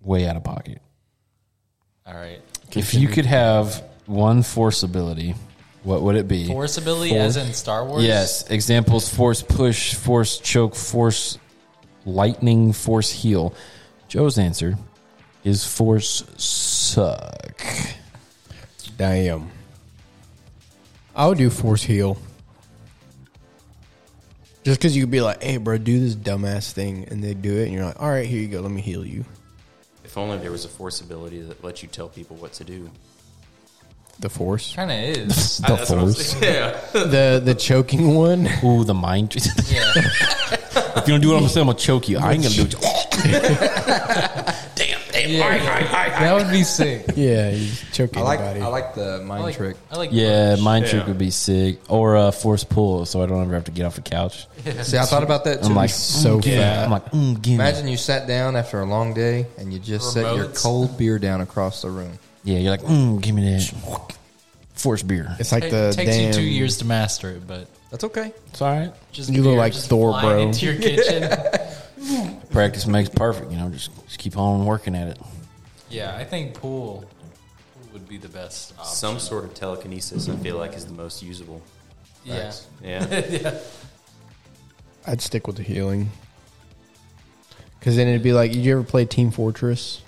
S1: way out of pocket.
S4: all right.
S1: If you could have one force ability, what would it be?
S4: Force ability, as in Star Wars.
S1: Yes. Examples: force push, force choke, force lightning, force heal. Joe's answer is force suck.
S2: Damn. I would do force heal. Just because you could be like, hey, bro, do this dumbass thing. And they do it. And you're like, all right, here you go. Let me heal you.
S3: If only there was a force ability that lets you tell people what to do.
S2: The force.
S4: Kind of is.
S1: The
S3: That's what I'm
S1: force.
S3: saying. Yeah.
S2: the the choking one.
S1: Ooh, the mind. if you don't do what I'm gonna say, I'm gonna choke you. I ain't gonna do it.
S6: Damn, damn.
S4: Yeah.
S6: Hi, hi, hi, hi.
S4: That would be sick.
S2: yeah, you choke
S5: I like
S2: anybody.
S5: I like the mind
S4: I like,
S5: trick.
S4: I like
S1: Yeah, mind
S3: Yeah.
S1: trick would be sick, or uh, force pull, so I don't ever have to get off the couch.
S5: See, I thought about that too.
S1: I'm like
S2: so
S1: so
S2: fat.
S1: I'm like, mm, give me.
S5: Imagine you sat down after a long day and you just set your
S4: Remotes.
S5: cold beer down across the room.
S1: yeah, you're like, mm, give me that force beer.
S2: it's like
S4: It
S2: the
S4: takes
S2: damn,
S4: you two years to master it, but
S5: That's okay.
S1: It's all right.
S4: just
S2: You look
S4: you're
S2: like
S4: just
S2: Thor,
S4: flying
S2: bro.
S4: Into your kitchen.
S1: Practice makes perfect. You know, just just keep on working at it.
S4: yeah, I think pool, pool would be the best. Option.
S3: Some sort of telekinesis, I feel like, is the most usable.
S4: yeah,
S3: Yeah.
S4: yeah.
S2: I'd stick with the healing. Because then it'd be like, did you ever play Team Fortress?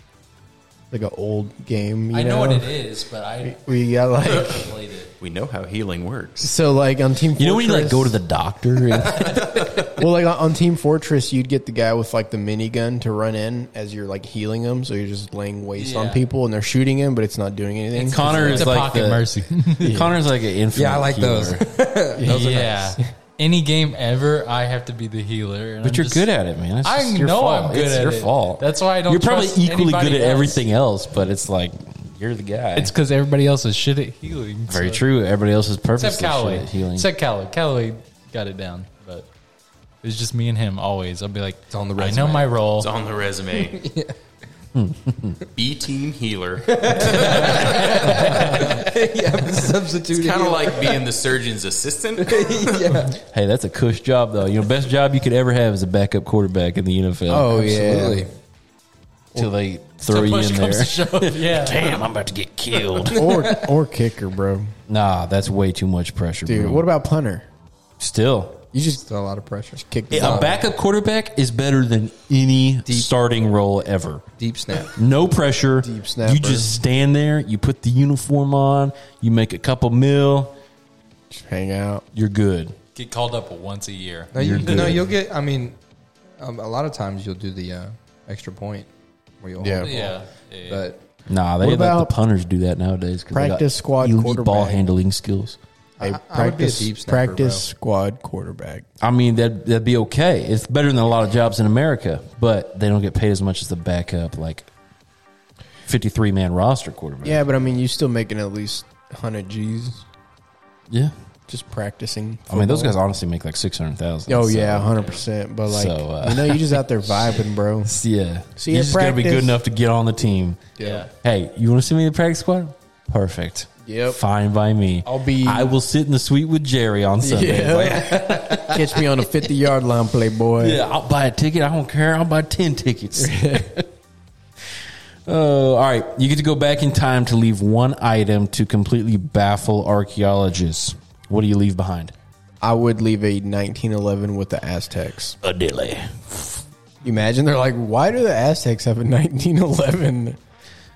S2: Like an old game. You
S4: I know what it is, but I
S2: Where you got like
S4: played it.
S3: We know how healing works.
S2: so like on Team. Fortress,
S1: You know when you like go to the doctor? And,
S2: well like on- on Team Fortress, you'd get the guy with like the minigun to run in as you're like healing them, so you're just laying waste on
S4: Yeah.
S2: people and they're shooting him, but it's not doing anything.
S1: Connor
S4: It's
S1: is
S4: a
S1: like
S4: pocket
S1: the,
S4: mercy.
S1: Connor's like an infinite.
S5: Yeah, I like
S1: healer.
S5: those.
S4: yeah. Any game ever, I have to be the healer. and
S1: But
S4: I'm
S1: you're
S4: just-
S1: good at it, man. It's
S4: I
S1: just your
S4: know
S1: fault.
S4: I'm good
S1: it's
S4: at
S1: your
S4: it.
S1: fault.
S4: That's why I don't
S1: You're probably
S4: trust
S1: equally
S4: anybody
S1: good at
S4: else.
S1: everything else, but it's like you're the guy.
S4: It's because everybody else is shit at healing.
S1: very
S4: so-
S1: true. Everybody else is perfect.
S4: Except Callaway.
S1: Healing.
S4: Except Callaway. Callaway got it down, but it was just me and him always. I'll be like, it's
S5: on the
S4: I know
S5: resume.
S4: my role.
S3: It's on the resume. B team healer.
S5: yeah, substitute.
S3: Kind of like being the surgeon's assistant.
S1: Hey, that's a cush job though. You know, best job you could ever have is a backup quarterback in the NFL.
S2: Oh
S5: Absolutely.
S1: till they throw you
S4: Push
S1: in
S4: comes
S1: there.
S4: to shove, yeah.
S6: Damn, I'm about to get killed.
S2: yeah, or or kicker, bro.
S1: Nah, that's way too much pressure,
S2: Dude,
S1: bro.
S2: what about punter?
S1: Still,
S2: You just
S5: Still a lot of pressure.
S2: kick the
S1: a
S2: ball.
S1: backup quarterback is better than any starting role ever.
S5: Deep snap.
S1: No pressure.
S2: Deep snapper.
S1: You just stand there. You put the uniform on. You make a couple mil.
S2: hang out.
S1: You're good.
S4: Get called up once a year.
S5: No, you,
S1: You're
S5: no,
S1: good.
S5: you'll get. I mean, um, a lot of times you'll do the uh, extra point where you'll
S2: Oh, Yeah.
S5: hold the ball.
S4: Yeah. yeah.
S5: But
S1: Nah, they
S2: What
S1: let the
S2: about
S1: punters do that nowadays. 'cause they got
S2: practice squad
S1: elite ball
S2: quarterback?
S1: handling skills.
S2: Hey,
S5: I would be a
S2: practice
S5: deep snapper,
S2: practice
S5: bro.
S2: squad quarterback.
S1: I mean, that that'd be okay. It's better than a lot of jobs in America, but they don't get paid as much as the backup, like fifty-three man roster quarterback.
S2: Yeah, but I mean, you still making at least hundred G's
S1: yeah.
S2: just practicing.
S1: I mean, those guys
S2: football.
S1: honestly make like six hundred thousand.
S2: Oh yeah, hundred percent. But like,
S1: So, uh,
S2: you know, you just out there vibing, bro.
S1: yeah.
S2: See you
S1: you
S2: at
S1: just got to be
S2: practice.
S1: good enough to get on the team.
S4: yeah.
S1: Hey, you want to send me to the practice squad? Perfect.
S2: Yep.
S1: Fine by me.
S2: I'll be-
S1: I will sit in the suite with Jerry on Sunday. Yeah.
S2: Catch me on a fifty-yard line, play, boy.
S1: I'll buy a ticket. I don't care. I'll buy ten tickets. Oh, all right. You get to go back in time to leave one item to completely baffle archaeologists. What do you leave behind?
S2: I would leave a nineteen eleven with the Aztecs.
S6: A dilly.
S2: You imagine they're like, why do the Aztecs have a nineteen eleven?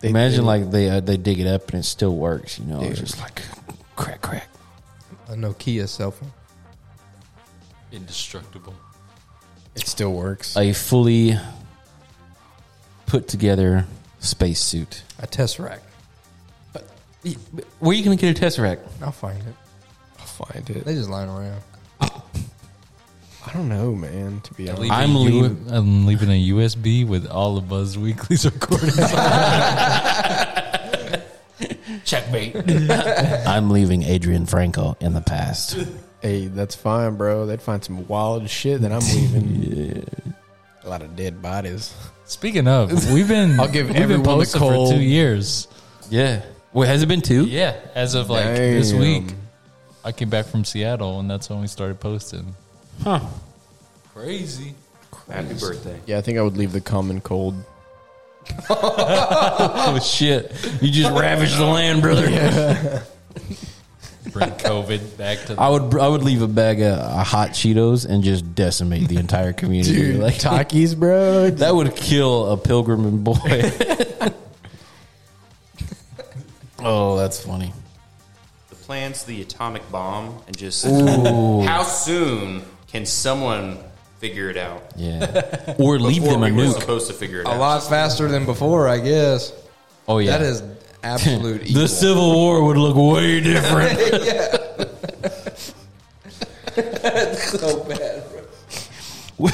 S1: Imagine like they uh, they dig it up and it still works. You know, it's just like crack, crack.
S5: A Nokia cell phone.
S6: Indestructible.
S2: It still works.
S1: A fully put together spacesuit.
S5: A Tesseract.
S1: Where are you going to get a tesseract?
S5: I'll find it.
S2: I'll find it.
S5: They just lying around.
S2: I don't know, man. To be honest,
S1: I'm leaving-
S4: I'm leaving a USB with all of Buzz Weekly's recordings.
S6: Checkmate.
S1: I'm leaving Adrian Franco in the past.
S2: hey, that's fine, bro. They'd find some wild shit that I'm leaving. A lot of dead bodies.
S4: Speaking of, we've been
S2: I'll give
S4: we've been
S2: everyone the
S4: posted
S2: cold-
S4: for two years.
S1: yeah. Wait, has it been two?
S4: Yeah, as of like this
S2: Damn.
S4: week, I came back from Seattle, and that's when we started posting.
S1: Huh.
S4: Crazy.
S3: Happy birthday.
S2: Yeah, I think I would leave the common cold.
S1: Oh shit! You just ravaged the land, brother.
S4: Bring COVID back to the
S1: I would I would leave a bag of uh, hot Cheetos and just decimate the entire community. like
S2: Takis, bro.
S1: that would kill a pilgrim and boy. oh, that's funny.
S3: The plans, the atomic bomb, and just how soon can someone figure it out?
S1: Yeah, or leave
S3: Before
S1: them a
S3: we were
S1: nuke.
S3: supposed to figure it
S5: A
S3: out.
S5: lot faster than before, I guess.
S1: Oh yeah,
S5: That is absolute evil.
S1: the Civil War would look way different.
S5: so bad.
S1: we,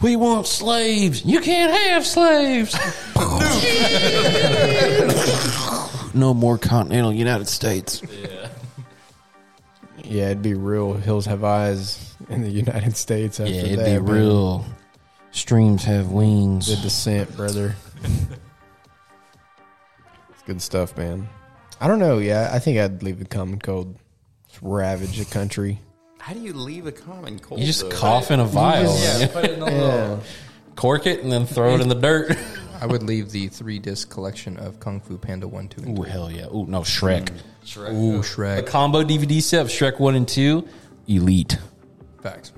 S1: we want slaves. You can't have slaves. no more continental United States.
S2: Yeah, it'd be real. Hills have eyes in the United States. After
S1: Yeah, it'd
S2: that,
S1: be
S2: man.
S1: real. Streams have wings.
S2: The descent, brother. it's good stuff, man. I don't know. Yeah, I think I'd leave the common cold. Just ravage the country.
S3: How do you leave a common cold?
S1: You just
S3: though?
S1: cough in a vial,
S4: Yeah, put it in a little-
S1: cork it, and then throw it in the dirt.
S5: I would leave the three disc collection of Kung Fu Panda 1, 2, and
S1: Ooh, hell yeah! Ooh, no Shrek.
S5: 3. Ooh,
S1: A
S5: Shrek.
S1: combo DVD set of Shrek one and two, elite.
S5: Facts.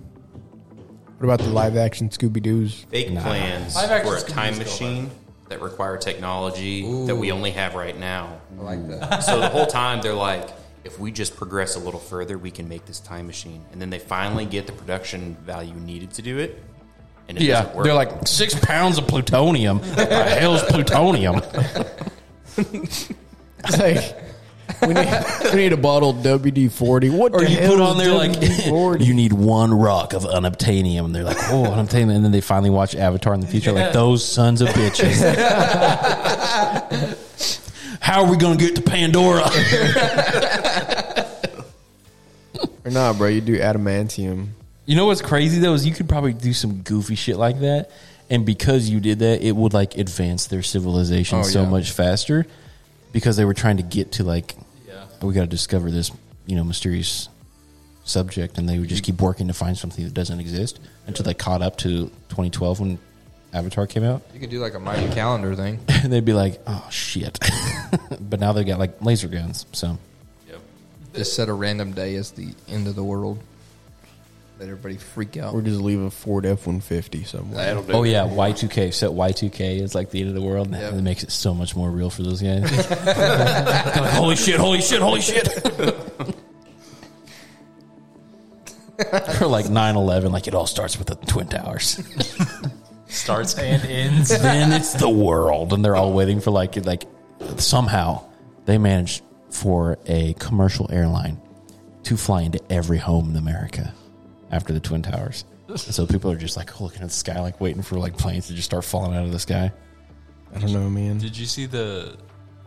S2: What about the live action Scooby Doo's?
S3: Fake plans
S4: Live action's
S3: for a
S4: confused
S3: time
S4: though, by the
S3: machine that require technology that we only have right now.
S5: I like that.
S3: So the whole time they're like, if we just progress a little further, we can make this time machine. And then they finally get the production value needed to do it. And it
S1: Yeah,
S3: doesn't work.
S1: they're like six pounds of plutonium. What the hell's plutonium?
S2: It's like we need, we need a bottle of WD forty. What
S1: Or
S2: the
S1: you
S2: hell
S1: put
S2: is
S1: on there like
S2: WD-40?
S1: you need one rock of unobtainium, and they're like, oh, unobtainium, and then they finally watch Avatar in the future, like those sons of bitches. How are we gonna get to Pandora?
S2: or nah, bro? You do adamantium.
S1: You know what's crazy though is you could probably do some goofy shit like that, and because you did that, it would like advance their civilization
S5: Oh,
S1: so
S5: yeah.
S1: much faster because they were trying to get to like, we got to discover this you know mysterious subject, and they would just keep working to find something that doesn't exist until they caught up to 2012 when Avatar came out,
S5: You could do like a Mayan calendar thing.
S1: and they'd be like, oh shit, but now they got like laser guns, so
S5: Just set a random day as the end of the world. Let everybody freak out.
S2: Or just leave a Ford F one fifty somewhere.
S5: That'll do.
S1: Oh yeah, Y two K. Set Y two K is like the end of the world. and
S5: Yep.
S1: That makes it so much more real for those guys. They're like, holy shit! Holy shit! Holy shit! or like 9-11, like it all starts with the twin towers.
S4: starts and ends.
S1: then it's the world, and they're all waiting for like like somehow they managed for a commercial airline to fly into every home in America after the twin towers. And so people are just like looking at the sky, like waiting for like planes to just start falling out of the sky.
S2: I don't know, man.
S4: Did you see the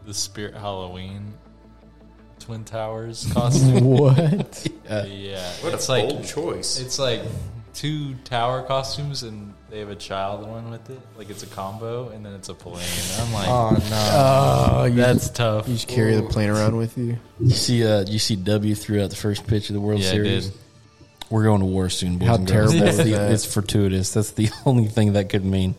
S4: the Spirit Halloween Twin Towers costume?
S2: What?
S4: yeah,
S3: what
S4: it's
S3: a
S4: like
S3: bold choice.
S4: it's like two tower costumes, and they have a child one with it. Like it's a combo, and then it's a plane. I'm like,
S5: Oh no.
S2: Oh, you,
S4: that's tough.
S2: you just carry
S1: Oh.
S2: the plane around with you.
S1: You see, uh, you see W threw out the first pitch of the World
S4: Yeah, I
S1: Series.
S4: did.
S1: We're going to war soon, boys.
S2: How
S1: and girls.
S2: terrible
S1: That's
S2: is
S1: the-
S2: that?
S1: It's fortuitous. That's the only thing that could mean.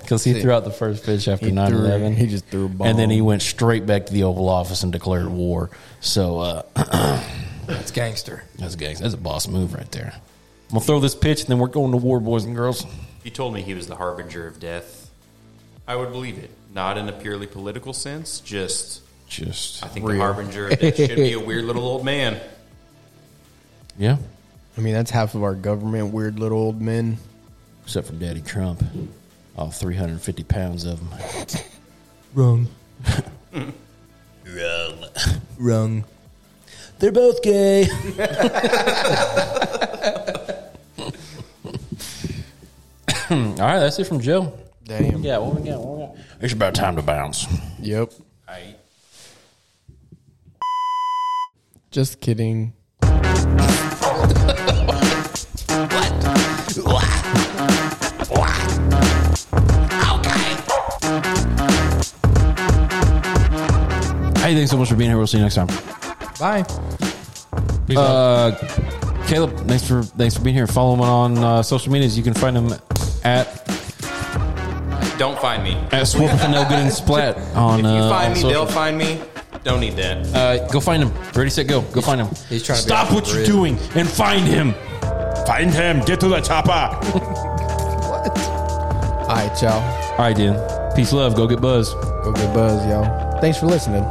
S1: Because he threw out the first pitch after
S2: He
S1: 9
S2: threw,
S1: 11.
S2: he just threw a bomb.
S1: And then he went straight back to the Oval Office and declared war. So uh,
S5: That's gangster.
S1: that's, gangs. that's a boss move right there. I'm going to throw this pitch and then we're going to war, boys and girls.
S3: If you told me he was the harbinger of death, I would believe it. Not in a purely political sense, just
S1: just
S3: I think the harbinger of that should be a weird little old man.
S1: yeah.
S2: I mean, that's half of our government, weird little old men.
S1: Except for Daddy Trump, all 350 pounds of him.
S5: Wrong. Wrong. Wrong.
S1: They're both gay. all right, that's it from Joe.
S2: Damn.
S1: Yeah, what we got? What we got? It's about time to bounce.
S2: Yep.
S3: I
S2: Just kidding.
S1: Hey, thanks so much for being here. We'll see you next time.
S2: Bye.
S1: Uh, Caleb, thanks for thanks for being here. Follow him on uh, social medias. You can find him at
S3: don't find me.
S1: at Swamp with an L Good and Splat on.
S3: If you
S1: uh, on
S3: find me,
S1: social.
S3: they'll find me. Don't need that.
S1: Uh, go find him. Ready, set, go. Go find him.
S5: he's trying to be
S1: stop
S5: on
S1: what
S5: the
S1: you're
S5: grid.
S1: doing and find him. Find him. Get to the chopper.
S2: All right, y'all.
S1: All right, dude. Peace, love. Go get buzz.
S2: Go get buzz, y'all. Thanks for listening.